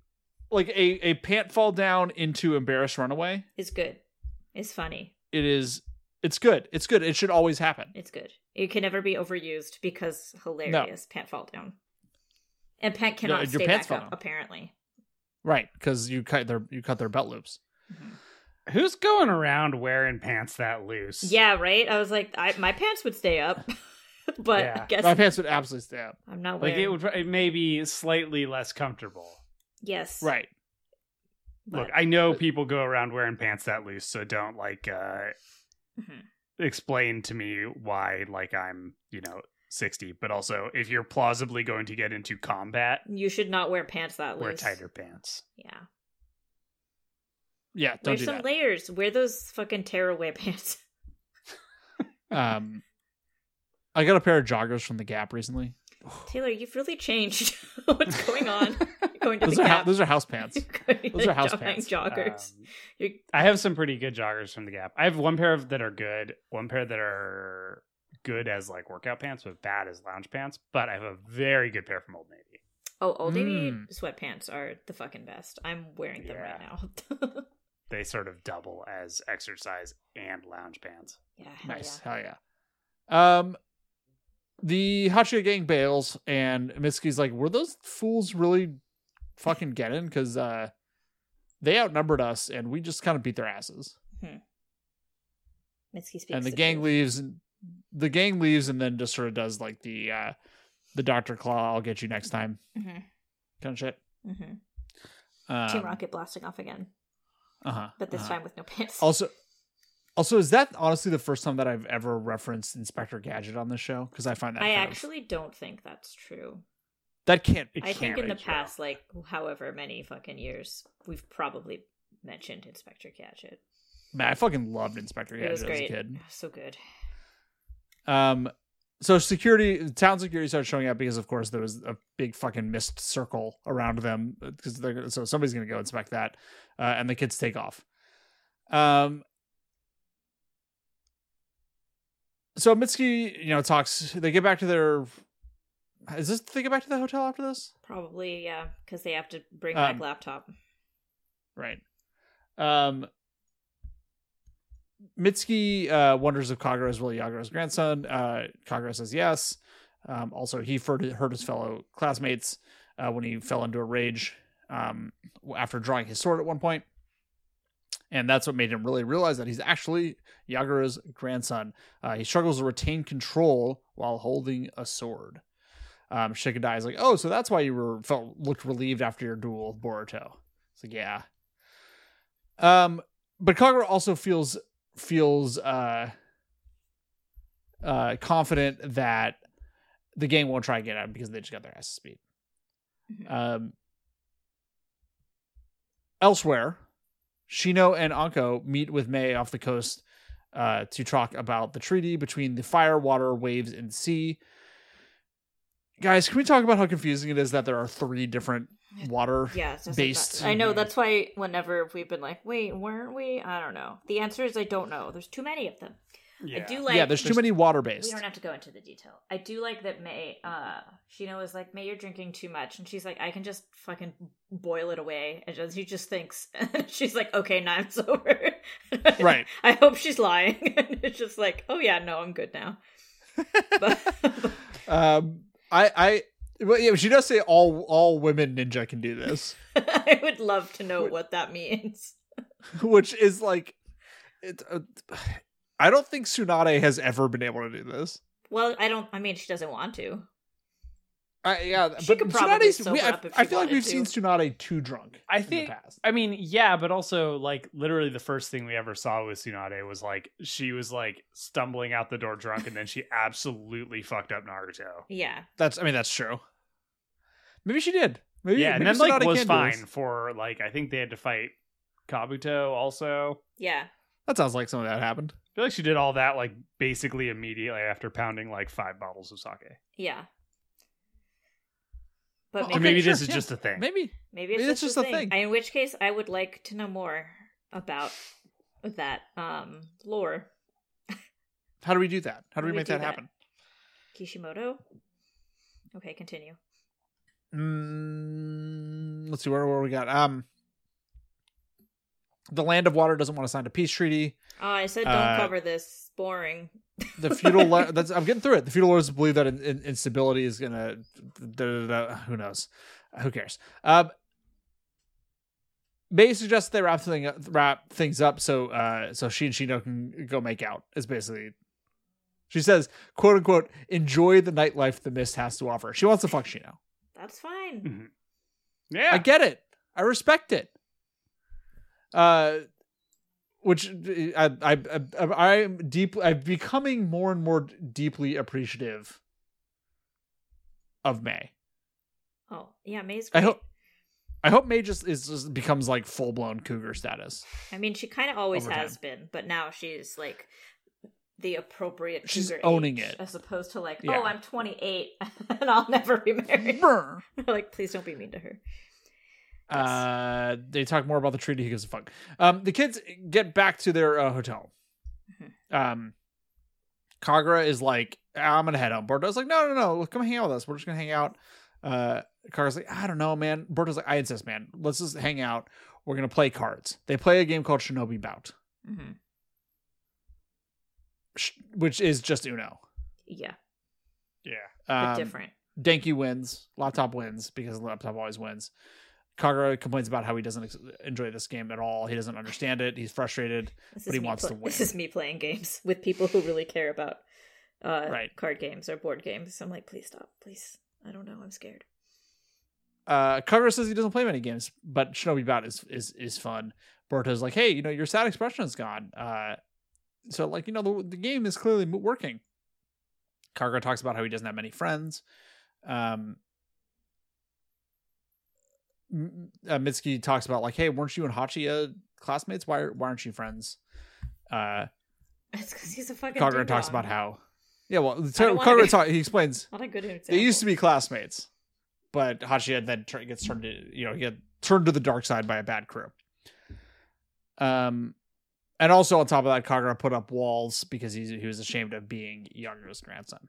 [SPEAKER 1] like a a pant fall down into embarrassed runaway.
[SPEAKER 3] it's good. It's funny.
[SPEAKER 1] It is. It's good. It's good. It should always happen.
[SPEAKER 3] It's good. It can never be overused because hilarious pant fall down. And pant cannot
[SPEAKER 1] your
[SPEAKER 3] stay
[SPEAKER 1] pants
[SPEAKER 3] back
[SPEAKER 1] fall
[SPEAKER 3] up,
[SPEAKER 1] down.
[SPEAKER 3] apparently.
[SPEAKER 1] Right, because you cut their you cut their belt loops.
[SPEAKER 2] Who's going around wearing pants that loose?
[SPEAKER 3] Yeah, right? I was like, I, my pants would stay up, but I
[SPEAKER 2] Yeah.
[SPEAKER 3] guess
[SPEAKER 1] My pants would absolutely stay up.
[SPEAKER 3] I'm not
[SPEAKER 2] Like
[SPEAKER 3] wearing.
[SPEAKER 2] it would it may be slightly less comfortable.
[SPEAKER 3] Yes.
[SPEAKER 1] Right.
[SPEAKER 3] but-
[SPEAKER 2] Look, I know people go around wearing pants that loose, so don't like uh
[SPEAKER 3] Mhm.
[SPEAKER 2] explain to me why like I'm, you know, 60, but also if you're plausibly going to get into combat,
[SPEAKER 3] you should not wear pants that
[SPEAKER 2] wear
[SPEAKER 3] loose.
[SPEAKER 2] tighter pants.
[SPEAKER 3] Yeah.
[SPEAKER 1] Yeah. Don't
[SPEAKER 3] Wear
[SPEAKER 1] do
[SPEAKER 3] some
[SPEAKER 1] that.
[SPEAKER 3] layers. Wear those fucking tearaway pants.
[SPEAKER 1] um, I got a pair of joggers from the Gap recently.
[SPEAKER 3] Taylor, you've really changed. What's going on? You're going to
[SPEAKER 1] Those
[SPEAKER 3] the
[SPEAKER 1] are hou-
[SPEAKER 3] gap.
[SPEAKER 1] those are house pants.
[SPEAKER 3] You're going
[SPEAKER 1] those
[SPEAKER 3] to
[SPEAKER 1] are house
[SPEAKER 3] jogging
[SPEAKER 1] pants.
[SPEAKER 3] Joggers.
[SPEAKER 2] Um,
[SPEAKER 3] You're,
[SPEAKER 2] I have some pretty good joggers from the Gap. I have one pair of that are good, one pair that are good as like workout pants, but bad as lounge pants. But I have a very good pair from Old Navy.
[SPEAKER 3] Oh, old Navy
[SPEAKER 1] Mm.
[SPEAKER 3] sweatpants are the fucking best. I'm wearing them right now.
[SPEAKER 2] They sort of double as exercise and lounge pants.
[SPEAKER 3] yeah, hell
[SPEAKER 1] Nice. Hell yeah. Um, the Hachiga gang bails, and Mitsuki's like, "Were those fools really fucking getting? Because uh, they outnumbered us, and we just kind of beat their asses."
[SPEAKER 3] yeah. Mitsuki speaks.
[SPEAKER 1] and the
[SPEAKER 3] the
[SPEAKER 1] gang
[SPEAKER 3] truth.
[SPEAKER 1] leaves. And the gang leaves, and then just sort of does like the uh, the Doctor Claw, "I'll get you next time"
[SPEAKER 3] Mm-hmm.
[SPEAKER 1] kind of shit.
[SPEAKER 3] Mm-hmm.
[SPEAKER 1] Um,
[SPEAKER 3] Team Rocket blasting off again,
[SPEAKER 1] uh-huh,
[SPEAKER 3] but this
[SPEAKER 1] uh-huh.
[SPEAKER 3] time with no pants.
[SPEAKER 1] Also, also, is that honestly the first time that I've ever referenced Inspector Gadget on this show? Because I find that
[SPEAKER 3] I
[SPEAKER 1] kind of-
[SPEAKER 3] actually don't think that's true.
[SPEAKER 1] that can't.
[SPEAKER 2] It
[SPEAKER 3] I think
[SPEAKER 2] can't
[SPEAKER 3] in the
[SPEAKER 2] be true.
[SPEAKER 3] past, like however many fucking years, we've probably mentioned Inspector Gadget.
[SPEAKER 1] Man, I fucking loved Inspector
[SPEAKER 3] it
[SPEAKER 1] Gadget
[SPEAKER 3] was
[SPEAKER 1] as a
[SPEAKER 3] great.
[SPEAKER 1] kid.
[SPEAKER 3] So good.
[SPEAKER 1] Um, so security, town security started showing up because, of course, there was a big fucking mist circle around them. Because they're gonna- so somebody's gonna go inspect that, uh, and the kids take off. Um. So Mitsuki, you know, talks. They get back to their. Is this they get back to the hotel after this?
[SPEAKER 3] Probably, yeah, because they have to bring
[SPEAKER 1] Um,
[SPEAKER 3] back laptop.
[SPEAKER 1] Right. Um Mitsuki uh, wonders if Kagura is really Yagura's grandson. Uh, Kagura says yes. Um, also, he hurt, hurt his fellow classmates uh, when he fell into a rage um, after drawing his sword at one point. And that's what made him really realize that he's actually Yagura's grandson. Uh, he struggles to retain control while holding a sword. Um, Shikadai is like, oh, so that's why you were felt looked relieved after your duel with Boruto. It's like, yeah. Um, but Kagura also feels feels uh uh confident that the gang won't try and get out because they just got their asses beat.
[SPEAKER 3] Mhm.
[SPEAKER 1] Um elsewhere, Shino and Anko meet with May off the coast uh to talk about the treaty between the fire, water, waves, and sea. Guys, can we talk about how confusing it is that there are three different water
[SPEAKER 3] Yeah, it's just
[SPEAKER 1] based-
[SPEAKER 3] Like that. I know
[SPEAKER 1] Mhm.
[SPEAKER 3] that's why. Whenever we've been like, wait, weren't we? I don't know. The answer is I don't know. There's too many of them.
[SPEAKER 2] Yeah.
[SPEAKER 3] I do like.
[SPEAKER 1] yeah, there's too many water based.
[SPEAKER 3] We don't have to go into the detail. I do like that May. Uh, Shino was like, May, you're drinking too much, and she's like, I can just fucking boil it away. And just- she just thinks she's like, okay, nine's over.
[SPEAKER 1] Right.
[SPEAKER 3] I hope she's lying. and it's just like, oh yeah, no, I'm good now. But-
[SPEAKER 1] um, I, I, well, yeah, she does say all all women ninja can do this,
[SPEAKER 3] I would love to know what that means.
[SPEAKER 1] which is like, it, uh, I don't think Tsunade has ever been able to do this.
[SPEAKER 3] Well, I don't. I mean, she doesn't want to.
[SPEAKER 1] I, yeah,
[SPEAKER 3] She
[SPEAKER 1] but
[SPEAKER 3] could probably
[SPEAKER 1] Tsunade's. We,
[SPEAKER 3] sober
[SPEAKER 1] I,
[SPEAKER 3] up if
[SPEAKER 1] I
[SPEAKER 3] she
[SPEAKER 1] feel like
[SPEAKER 3] wanted
[SPEAKER 1] we've
[SPEAKER 3] to.
[SPEAKER 1] seen Tsunade too drunk.
[SPEAKER 2] I
[SPEAKER 1] in
[SPEAKER 2] think-
[SPEAKER 1] the past.
[SPEAKER 2] I mean, yeah, but also like literally the first thing we ever saw with Tsunade was like she was like stumbling out the door drunk and then she absolutely fucked up Naruto.
[SPEAKER 3] Yeah,
[SPEAKER 1] that's. I mean, that's true. Maybe she did. Maybe
[SPEAKER 2] yeah, and
[SPEAKER 1] maybe
[SPEAKER 2] then like
[SPEAKER 1] Tsunade
[SPEAKER 2] was
[SPEAKER 1] can do
[SPEAKER 2] fine
[SPEAKER 1] this.
[SPEAKER 2] for like I think they had to fight Kabuto also.
[SPEAKER 3] yeah.
[SPEAKER 1] That sounds like some of that happened.
[SPEAKER 2] I feel like she did all that like basically immediately after pounding like five bottles of sake.
[SPEAKER 3] Yeah.
[SPEAKER 1] Well,
[SPEAKER 3] But
[SPEAKER 2] Or
[SPEAKER 1] Okay,
[SPEAKER 3] maybe,
[SPEAKER 2] maybe this
[SPEAKER 1] sure,
[SPEAKER 2] is
[SPEAKER 1] yeah.
[SPEAKER 2] just a thing.
[SPEAKER 1] Maybe
[SPEAKER 3] maybe it's, just, a thing.
[SPEAKER 1] thing.
[SPEAKER 3] In which case, I would like to know more about that um lore.
[SPEAKER 1] how do we do that? How do we,
[SPEAKER 3] How do we
[SPEAKER 1] make
[SPEAKER 3] do
[SPEAKER 1] that,
[SPEAKER 3] that?
[SPEAKER 1] happen?
[SPEAKER 3] Kishimoto. Okay, continue.
[SPEAKER 1] Mm, let's see where where we got. Um, the land of water doesn't want to sign a peace treaty.
[SPEAKER 3] Oh, I said don't
[SPEAKER 1] Uh,
[SPEAKER 3] cover this. Boring.
[SPEAKER 1] The feudal le- that's I'm getting through it. The feudal lords believe that in, in, instability is gonna. Da, da, da, da, who knows? Who cares? Um, May suggests they wrap thing wrap things up so uh so she and Shino can go make out. Is basically. She says, "quote unquote," enjoy the nightlife the mist has to offer. She wants to fuck Shino.
[SPEAKER 3] That's
[SPEAKER 1] hmm.
[SPEAKER 3] fine.
[SPEAKER 2] Mhm. Yeah.
[SPEAKER 1] I get it. I respect it. Uh, which uh, I I I I'm deep. I'm becoming more and more deeply appreciative of May.
[SPEAKER 3] Oh, yeah, May's
[SPEAKER 1] I
[SPEAKER 3] great. I,
[SPEAKER 1] hope. I hope May just is just becomes like full blown cougar status.
[SPEAKER 3] mean, she kind of always
[SPEAKER 1] Over
[SPEAKER 3] has been, but now she's like the appropriate
[SPEAKER 1] She's
[SPEAKER 3] cougar
[SPEAKER 1] owning
[SPEAKER 3] age,
[SPEAKER 1] it.
[SPEAKER 3] as opposed to like,
[SPEAKER 1] Yeah.
[SPEAKER 3] oh, I'm 28 and I'll never be married.
[SPEAKER 1] Brr.
[SPEAKER 3] like, please don't be mean to her.
[SPEAKER 1] Uh, they talk more about the treaty. He gives a fuck. Um, the kids get back to their uh, hotel. Um, "Ah, Kagura is like, I'm gonna head home. Bordeaux's like, no, no, no, come hang out with us. We're just gonna hang out. Uh, Car's like, I don't know, man. Berto's like, I insist, man. Let's just hang out. We're gonna play cards. They play a game called Shinobi Bout,
[SPEAKER 3] Mm-hmm.
[SPEAKER 1] sh- which is just Uno.
[SPEAKER 3] Yeah,
[SPEAKER 2] Yeah.
[SPEAKER 3] but
[SPEAKER 1] Um,
[SPEAKER 3] different.
[SPEAKER 1] Denki wins. Laptop wins because laptop always wins. Kagura complains about how he doesn't ex- enjoy this game at all. He doesn't understand it. He's frustrated.
[SPEAKER 3] This
[SPEAKER 1] but
[SPEAKER 3] is
[SPEAKER 1] he
[SPEAKER 3] me
[SPEAKER 1] wants to
[SPEAKER 3] This
[SPEAKER 1] win.
[SPEAKER 3] is me playing games with people who really care about uh,
[SPEAKER 1] Right.
[SPEAKER 3] card games or board games. I'm like, please stop, please. I don't know. I'm scared.
[SPEAKER 1] Uh, Kagura says he doesn't play many games, but Shinobi Bout is is is fun. Berto's like, hey, you know, your sad expression is gone. Uh, so like, you know, the the game is clearly mo- working. Kagura talks about how he doesn't have many friends. Um, M- uh, Mitsuki talks about like, hey, weren't you and Hachi uh, classmates? Why why aren't you friends? Uh,
[SPEAKER 3] It's because he's a fucking.
[SPEAKER 1] Kagura talks
[SPEAKER 3] ding-dong.
[SPEAKER 1] about how. Yeah, well,
[SPEAKER 3] don't wanna
[SPEAKER 1] Kagura
[SPEAKER 3] be-
[SPEAKER 1] talk, he explains
[SPEAKER 3] Not a good example.
[SPEAKER 1] they used to be classmates, but Hachi had then tur- gets turned to you know he got turned to the dark side by a bad crew. Um, and also on top of that, Kagura put up walls because he he was ashamed of being Yagura's grandson.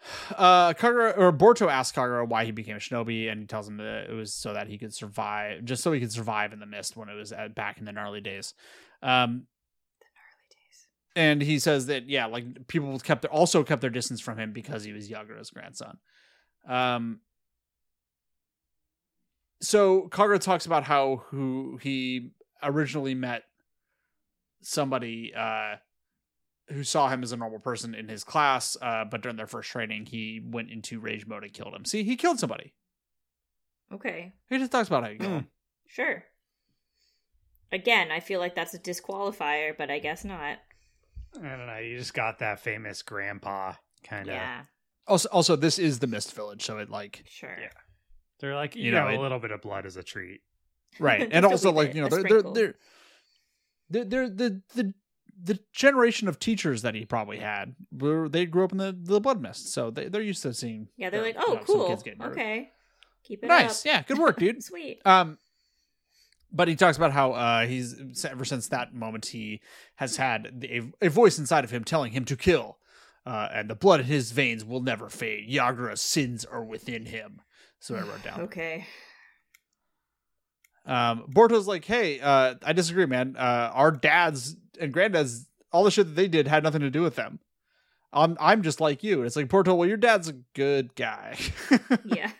[SPEAKER 1] Uh, Kagura or Borto asks Kagura why he became a shinobi, and he tells him that it was so that he could survive, just so he could survive in the mist when it was at, back in the gnarly days. Um,
[SPEAKER 3] Early
[SPEAKER 1] and he says that yeah like people kept their, also kept their distance from him because he was yagura's grandson um so kagura talks about how who he originally met somebody uh who saw him as a normal person in his class uh but during their first training he went into rage mode and killed him see he killed somebody
[SPEAKER 3] days. Okay,
[SPEAKER 1] he just talks about how he killed him.
[SPEAKER 3] sure. Again, I feel like that's a disqualifier, but I guess not.
[SPEAKER 2] I don't know. You just got that famous grandpa kind of.
[SPEAKER 3] Yeah,
[SPEAKER 1] also also this is the mist village so it like
[SPEAKER 3] sure.
[SPEAKER 2] Yeah. They're like, you,
[SPEAKER 1] You
[SPEAKER 2] know,
[SPEAKER 1] know, it-
[SPEAKER 2] a little bit of blood is a treat.
[SPEAKER 1] right
[SPEAKER 3] Just
[SPEAKER 1] and
[SPEAKER 3] a
[SPEAKER 1] also
[SPEAKER 3] wee
[SPEAKER 1] like
[SPEAKER 3] bit,
[SPEAKER 1] you know
[SPEAKER 3] a
[SPEAKER 1] they're they're,
[SPEAKER 3] sprinkle.
[SPEAKER 1] they're they're they're the the the generation of teachers that he probably had were they grew up in the the blood mist so they, they're used to seeing
[SPEAKER 3] Yeah, they're
[SPEAKER 1] their-
[SPEAKER 3] like, oh,
[SPEAKER 1] you know, some
[SPEAKER 3] cool.
[SPEAKER 1] kids getting murdered.
[SPEAKER 3] Okay, keep it
[SPEAKER 1] nice
[SPEAKER 3] up.
[SPEAKER 1] yeah good work dude
[SPEAKER 3] Sweet.
[SPEAKER 1] um but he talks about how uh he's ever since that moment he has had the, a, a voice inside of him telling him to kill uh and the blood in his veins will never fade yagura's sins are within him so i wrote down
[SPEAKER 3] Okay.
[SPEAKER 1] um, Borto's like, hey, uh, I disagree, man. Uh, our dads and granddads, all the shit that they did had nothing to do with them. I'm, I'm just like you. And it's like, Borto, well, your dad's a good guy.
[SPEAKER 3] Yeah.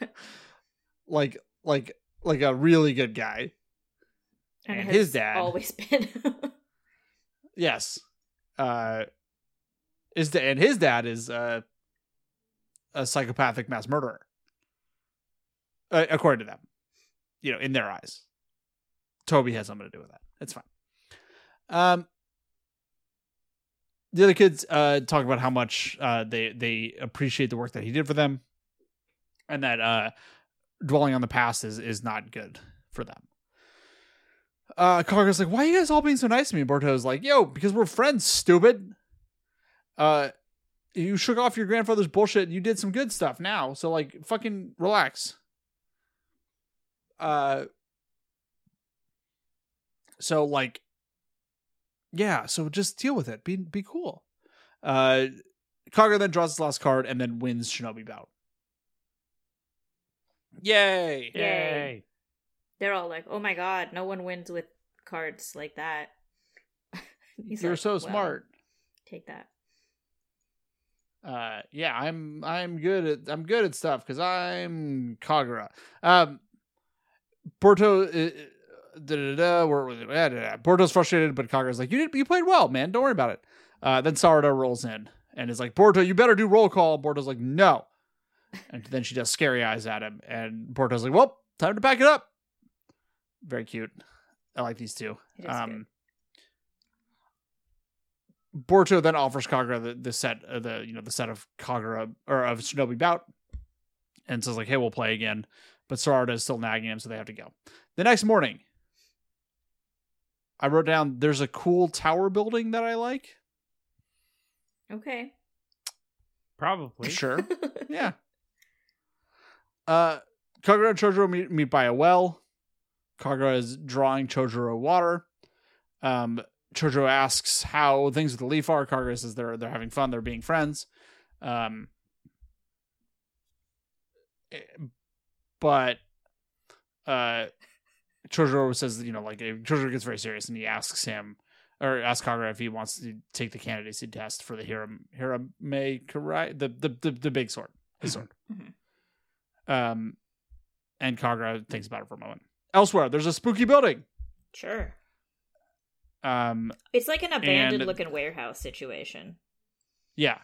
[SPEAKER 1] like, like, like a really good guy. And
[SPEAKER 3] has
[SPEAKER 1] his dad.
[SPEAKER 3] always been.
[SPEAKER 1] Yes. Uh, is the, and his dad is uh, a psychopathic mass murderer, uh, according to them. You know, in their eyes, Toby has something to do with that. It's fine. Um, the other kids uh, talk about how much uh, they they appreciate the work that he did for them, and that uh, dwelling on the past is is not good for them uh Kagura's like, why are you guys all being so nice to me? Borto's like, yo, because we're friends, stupid. Uh you shook off your grandfather's bullshit and you did some good stuff now. So like fucking relax. Uh so like yeah, so just deal with it. Be be cool. Uh Kagura then draws his last card and then wins Shinobi Bout. Yay!
[SPEAKER 3] Yay. They're all like, "Oh my god, no one wins with cards like that." He's
[SPEAKER 1] You're
[SPEAKER 3] like,
[SPEAKER 1] so
[SPEAKER 3] "Well,
[SPEAKER 1] smart.
[SPEAKER 3] Take that.
[SPEAKER 1] uh yeah i'm i'm good at i'm good at stuff because i'm kagura um porto uh, da, da, da, where was it? Ah, da, da. porto's frustrated but kagura's like you did you played well man don't worry about it uh then sarada rolls in and is like porto you better do roll call porto's like no and then she does scary eyes at him and porto's like well time to pack it up very cute i like these two
[SPEAKER 3] It is
[SPEAKER 1] um, Borto then offers Kagura the, the set, uh, the you know the set of Kagura or of Shinobi Bout, and says like, "Hey, we'll play again." But Sarada is still nagging him, so they have to go. The next morning, I wrote down there's a cool tower building that I like.
[SPEAKER 3] good. Okay.
[SPEAKER 2] Probably.
[SPEAKER 1] Sure, yeah. Uh, Kagura and Chojuro meet, meet by a well. Kagura is drawing Chojuro water. Um, Chojuro asks how things with the leaf are. Kagura says they're they're having fun. They're being friends. Um, Eh, But uh Chojuro says, you know, like eh, Chojuro gets very serious and he asks him or asks Kagura if he wants to take the candidacy test for the Hiram Hirame Karai the the the, the big sword. His sword.
[SPEAKER 3] Mhm.
[SPEAKER 1] Um and Kagura thinks about it for a moment. Elsewhere, there's a spooky building.
[SPEAKER 3] Sure.
[SPEAKER 1] Um
[SPEAKER 3] It's like an abandoned
[SPEAKER 1] And-
[SPEAKER 3] looking warehouse situation.
[SPEAKER 1] Yeah.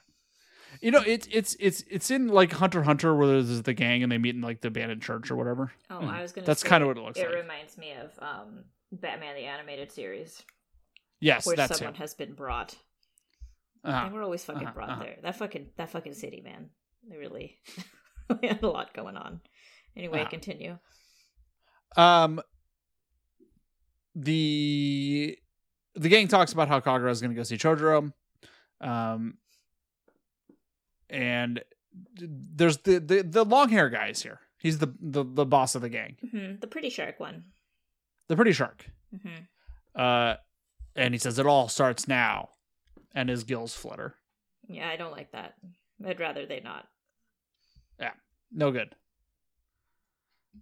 [SPEAKER 1] You know, it's it's it's it's in like Hunter x Hunter where there's the gang and they meet in like the abandoned church or whatever.
[SPEAKER 3] Oh,
[SPEAKER 2] Hmm.
[SPEAKER 3] I was gonna.
[SPEAKER 1] That's
[SPEAKER 3] say,
[SPEAKER 1] kind of what it looks
[SPEAKER 3] It
[SPEAKER 1] like.
[SPEAKER 3] reminds me of um, Batman the animated series,
[SPEAKER 1] Yes,
[SPEAKER 3] where
[SPEAKER 1] that's
[SPEAKER 3] someone
[SPEAKER 1] it.
[SPEAKER 3] has been brought,
[SPEAKER 1] Uh-huh.
[SPEAKER 3] and we're always fucking
[SPEAKER 1] uh-huh,
[SPEAKER 3] brought
[SPEAKER 1] uh-huh.
[SPEAKER 3] there. That fucking that fucking city, man. They really they had a lot going on. Anyway,
[SPEAKER 1] Uh-huh.
[SPEAKER 3] continue.
[SPEAKER 1] Um, the the gang talks about how Kagura is going to go see Chojuro, um, and th- there's the the, the long hair guy is here. He's the, the the boss of the gang,
[SPEAKER 3] hmm The pretty shark one.
[SPEAKER 1] the pretty shark.
[SPEAKER 3] hmm
[SPEAKER 1] Uh, and he says it all starts now, and his gills flutter.
[SPEAKER 3] Yeah, I don't like that. I'd rather they not.
[SPEAKER 1] No good.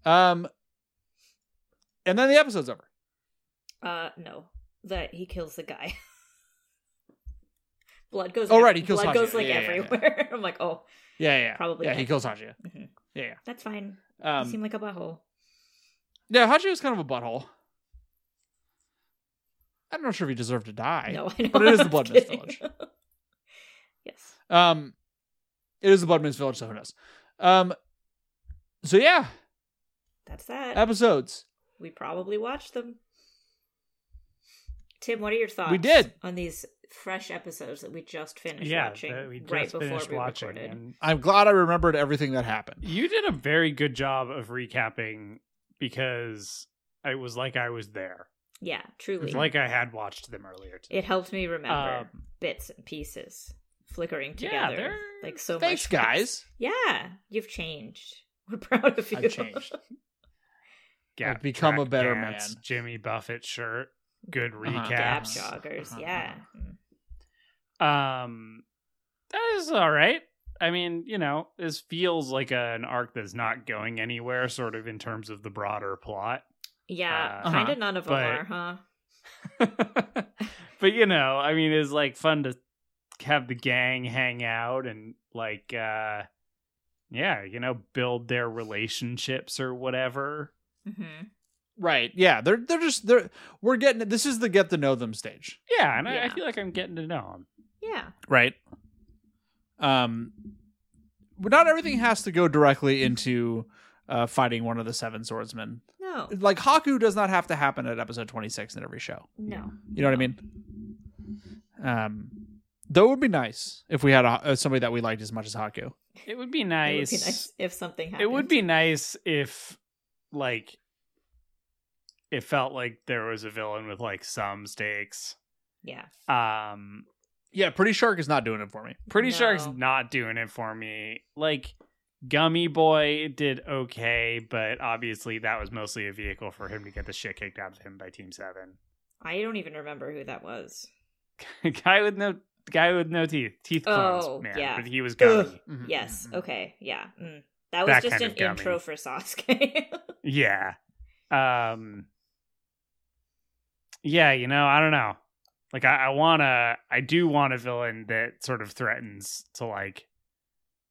[SPEAKER 1] Um, and then the episode's over.
[SPEAKER 3] Uh, no, that he kills the guy. blood goes.
[SPEAKER 1] Oh, right, he kills
[SPEAKER 3] blood
[SPEAKER 1] Hachi.
[SPEAKER 3] goes like
[SPEAKER 1] Yeah, yeah, yeah.
[SPEAKER 3] everywhere. I'm like, oh,
[SPEAKER 1] Yeah, yeah, yeah.
[SPEAKER 3] Probably
[SPEAKER 1] Yeah,
[SPEAKER 3] not.
[SPEAKER 1] he kills Hachi.
[SPEAKER 3] Mhm.
[SPEAKER 1] Yeah,
[SPEAKER 3] that's fine.
[SPEAKER 1] yeah.
[SPEAKER 3] you
[SPEAKER 1] Um,
[SPEAKER 3] seem like a butthole.
[SPEAKER 1] Yeah, Hachi was kind of a butthole. I'm not sure if he deserved to die.
[SPEAKER 3] no, I know.
[SPEAKER 1] but it is the
[SPEAKER 3] I'm
[SPEAKER 1] Blood Mist
[SPEAKER 3] kidding. yes.
[SPEAKER 1] Um, it is the Blood Moon's Village, so who knows? Um, so yeah,
[SPEAKER 3] That's that.
[SPEAKER 1] Um, episodes.
[SPEAKER 3] we probably watched them. Tim, what are your thoughts?
[SPEAKER 1] We did.
[SPEAKER 3] on these fresh episodes that we just finished
[SPEAKER 2] yeah,
[SPEAKER 3] watching
[SPEAKER 2] that we just
[SPEAKER 3] right before
[SPEAKER 2] finished
[SPEAKER 3] we
[SPEAKER 2] watching.
[SPEAKER 3] recorded.
[SPEAKER 2] and
[SPEAKER 1] I'm glad I remembered everything that happened.
[SPEAKER 2] you did a very good job of recapping because it was like I was there.
[SPEAKER 3] Yeah,
[SPEAKER 2] It
[SPEAKER 1] Mm-hmm.
[SPEAKER 2] was
[SPEAKER 3] truly,
[SPEAKER 2] like I had watched them earlier. Today.
[SPEAKER 3] it helped me remember
[SPEAKER 2] Um,
[SPEAKER 3] bits and pieces flickering
[SPEAKER 2] yeah,
[SPEAKER 3] together
[SPEAKER 2] they're-
[SPEAKER 3] like so
[SPEAKER 1] Thanks,
[SPEAKER 3] much.
[SPEAKER 1] guys.
[SPEAKER 3] Yeah, you've changed. We're proud of you.
[SPEAKER 1] I've changed.
[SPEAKER 2] Gap
[SPEAKER 1] I've become a
[SPEAKER 2] track
[SPEAKER 1] better
[SPEAKER 2] dance,
[SPEAKER 1] man.
[SPEAKER 2] Jimmy Buffett shirt. Good
[SPEAKER 1] Uh-huh.
[SPEAKER 3] Gab
[SPEAKER 1] Yes.
[SPEAKER 2] recaps.
[SPEAKER 3] joggers.
[SPEAKER 1] Uh-huh,
[SPEAKER 3] Yeah. Mm.
[SPEAKER 2] Um, that is all right. I mean, you know, this feels like a, an arc that's not going anywhere, sort of in terms of the broader plot.
[SPEAKER 3] Yeah,
[SPEAKER 2] Uh,
[SPEAKER 3] kind
[SPEAKER 1] Uh-huh.
[SPEAKER 3] of none of
[SPEAKER 2] But-
[SPEAKER 3] them are, huh?
[SPEAKER 2] but you know, I mean, it's like fun to have the gang hang out and like, uh, yeah, you know, build their relationships or whatever.
[SPEAKER 3] hmm
[SPEAKER 1] Right? Yeah, they're they're just they're we're getting this is the get to know them stage,
[SPEAKER 2] Yeah, and I, I
[SPEAKER 3] Yeah.
[SPEAKER 2] feel like I'm getting to know them.
[SPEAKER 3] Yeah.
[SPEAKER 1] right? Um, but not everything has to go directly into uh, fighting one of the seven swordsmen.
[SPEAKER 3] No.
[SPEAKER 1] Like Haku does not have to happen at episode 26 in every show.
[SPEAKER 3] No.
[SPEAKER 1] You know what I mean? Um, though it would be nice if we had a, uh, somebody that we liked as much as Haku.
[SPEAKER 2] It would be
[SPEAKER 3] It
[SPEAKER 2] nice.
[SPEAKER 3] would be nice if something happened.
[SPEAKER 2] It would be nice if, like, it felt like there was a villain with like some stakes.
[SPEAKER 3] Yeah.
[SPEAKER 2] Um,
[SPEAKER 1] Yeah, Pretty Shark is not doing it for me.
[SPEAKER 2] Pretty Shark's
[SPEAKER 3] No.
[SPEAKER 2] not doing it for me. Like Gummy Boy did okay, but obviously that was mostly a vehicle for him to get the shit kicked out of him by Team Seven.
[SPEAKER 3] I don't even remember who that was.
[SPEAKER 2] guy with no guy with no teeth, teeth clones,
[SPEAKER 3] Oh,
[SPEAKER 2] man.
[SPEAKER 3] yeah.
[SPEAKER 2] But he was gummy. Mm-hmm,
[SPEAKER 3] Ugh. Yes. Okay. Yeah. Mm. That was
[SPEAKER 2] That
[SPEAKER 3] just
[SPEAKER 2] kind
[SPEAKER 3] an
[SPEAKER 2] of dummy.
[SPEAKER 3] intro for Sasuke.
[SPEAKER 2] Yeah. Um. Yeah, you know, I don't know. Like, I, I wanna, I do want a villain that sort of threatens to like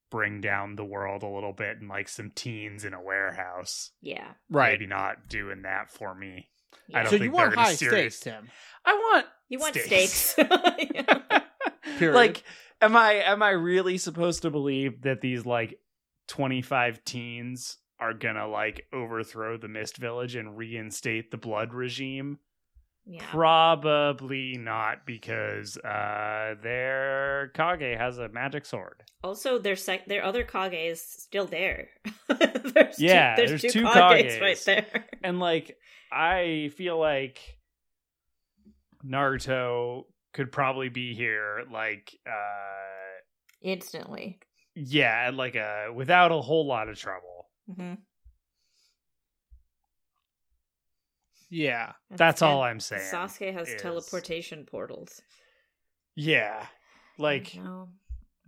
[SPEAKER 2] bring down the world a little bit and like some teens in a warehouse.
[SPEAKER 3] yeah.
[SPEAKER 1] Right.
[SPEAKER 2] maybe not doing that for me.
[SPEAKER 3] yeah.
[SPEAKER 2] I don't
[SPEAKER 1] so
[SPEAKER 2] think
[SPEAKER 1] you want
[SPEAKER 2] they're gonna
[SPEAKER 1] high
[SPEAKER 2] serious-
[SPEAKER 1] stakes, Tim.
[SPEAKER 2] I want
[SPEAKER 3] you want
[SPEAKER 2] stakes.
[SPEAKER 3] stakes. Yeah.
[SPEAKER 1] Period.
[SPEAKER 2] like am I am I really supposed to believe that these like 25 teens are going to like overthrow the Mist Village and reinstate the blood regime?
[SPEAKER 3] Yeah.
[SPEAKER 2] Probably not because uh their Kage has a magic sword.
[SPEAKER 3] Also, their sec- their other Kage is still there. there's
[SPEAKER 2] Yeah,
[SPEAKER 3] two, there's,
[SPEAKER 2] there's
[SPEAKER 3] two,
[SPEAKER 2] two
[SPEAKER 3] Kages,
[SPEAKER 2] Kages.
[SPEAKER 3] right there.
[SPEAKER 2] And like I feel like Naruto could probably be here like uh
[SPEAKER 3] Instantly.
[SPEAKER 2] yeah and like a without a whole lot of trouble
[SPEAKER 3] Mm-hmm.
[SPEAKER 1] yeah.
[SPEAKER 2] that's all i'm saying
[SPEAKER 3] Sasuke has
[SPEAKER 2] is-
[SPEAKER 3] teleportation portals.
[SPEAKER 2] yeah like
[SPEAKER 3] no.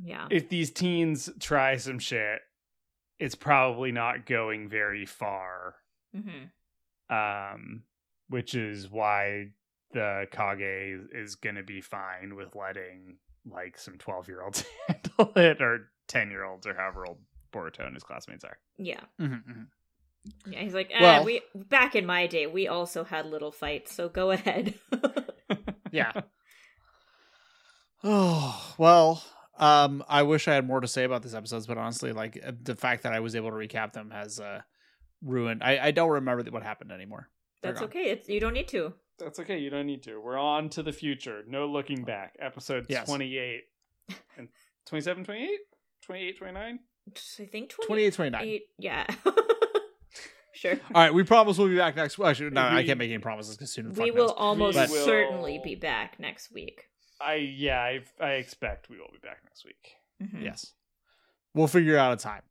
[SPEAKER 3] yeah,
[SPEAKER 2] if these teens try some shit it's probably not going very far.
[SPEAKER 3] hmm
[SPEAKER 2] Um, which is why the Kage is going to be fine with letting like some 12 year olds handle it or 10 year olds or however old Boruto and his classmates are.
[SPEAKER 3] Yeah.
[SPEAKER 1] Mhm, mhm.
[SPEAKER 3] Yeah. He's like, eh,
[SPEAKER 1] Well-
[SPEAKER 3] we back in my day, we also had little fights, so go ahead.
[SPEAKER 1] Yeah. oh well, um, I wish I had more to say about these episodes, but honestly, like uh, the fact that I was able to recap them has uh, ruined. I, I don't remember what happened anymore. They're
[SPEAKER 3] That's
[SPEAKER 1] gone.
[SPEAKER 3] okay. It's, you don't need to.
[SPEAKER 2] That's okay. You don't need to. We're on to the future. No looking back. Episode
[SPEAKER 1] Yes.
[SPEAKER 2] 28. And 27, 28? 28, 29?
[SPEAKER 3] I think
[SPEAKER 1] 28, 29.
[SPEAKER 3] 28. Yeah. sure.
[SPEAKER 1] All right, we promise we'll be back next. Actually, no, I
[SPEAKER 2] We-
[SPEAKER 1] can't make any promises because soon.
[SPEAKER 3] We will almost
[SPEAKER 1] But-
[SPEAKER 3] certainly be back next week.
[SPEAKER 2] I yeah, I I expect we will be back next week.
[SPEAKER 3] Mhm.
[SPEAKER 1] Yes, we'll figure out a time.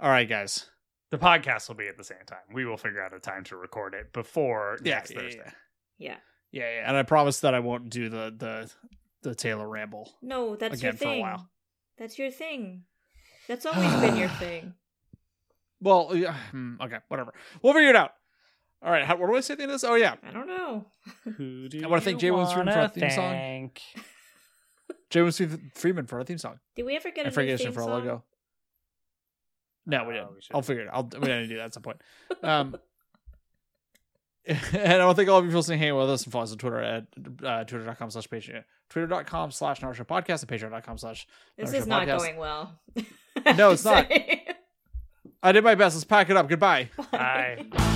[SPEAKER 1] All right, guys.
[SPEAKER 2] The podcast will be at the same time. We will figure out a time to record it before
[SPEAKER 1] Yeah,
[SPEAKER 2] next
[SPEAKER 1] yeah,
[SPEAKER 2] Thursday.
[SPEAKER 1] yeah.
[SPEAKER 3] Yeah.
[SPEAKER 1] Yeah, yeah, and I promise that I won't do the the the Taylor ramble.
[SPEAKER 3] No, that's your
[SPEAKER 1] Again for a
[SPEAKER 3] thing.
[SPEAKER 1] while.
[SPEAKER 3] That's your thing. That's always been your thing.
[SPEAKER 1] Well, yeah, hmm, okay, whatever. We'll figure it out. All right, how, what do I say at the end of this? Oh yeah,
[SPEAKER 3] I don't know.
[SPEAKER 2] Who do
[SPEAKER 1] I wanna thank
[SPEAKER 2] you
[SPEAKER 1] Jay Williams for
[SPEAKER 2] wanna
[SPEAKER 1] our theme song.
[SPEAKER 2] thank?
[SPEAKER 1] James Freeman for our theme song.
[SPEAKER 3] Did we ever get a
[SPEAKER 1] and
[SPEAKER 3] new
[SPEAKER 1] Frank Ocean
[SPEAKER 3] theme
[SPEAKER 1] for our
[SPEAKER 3] song?
[SPEAKER 1] logo. No, we
[SPEAKER 2] Uh,
[SPEAKER 1] didn't.
[SPEAKER 2] we should.
[SPEAKER 1] I'll figure it. I'll we didn't do that at some point. Um, and I want to thank all of you for listening, hanging with us, and follow us on Twitter at uh, twitter.com slash patreon, twitter.com slash Naruto podcast, and patreon.com slash.
[SPEAKER 3] This
[SPEAKER 1] Our
[SPEAKER 3] is not
[SPEAKER 1] podcast.
[SPEAKER 3] going well.
[SPEAKER 1] No, it's not.
[SPEAKER 3] Say.
[SPEAKER 1] I did my best. Let's pack it up. Goodbye.
[SPEAKER 2] Bye.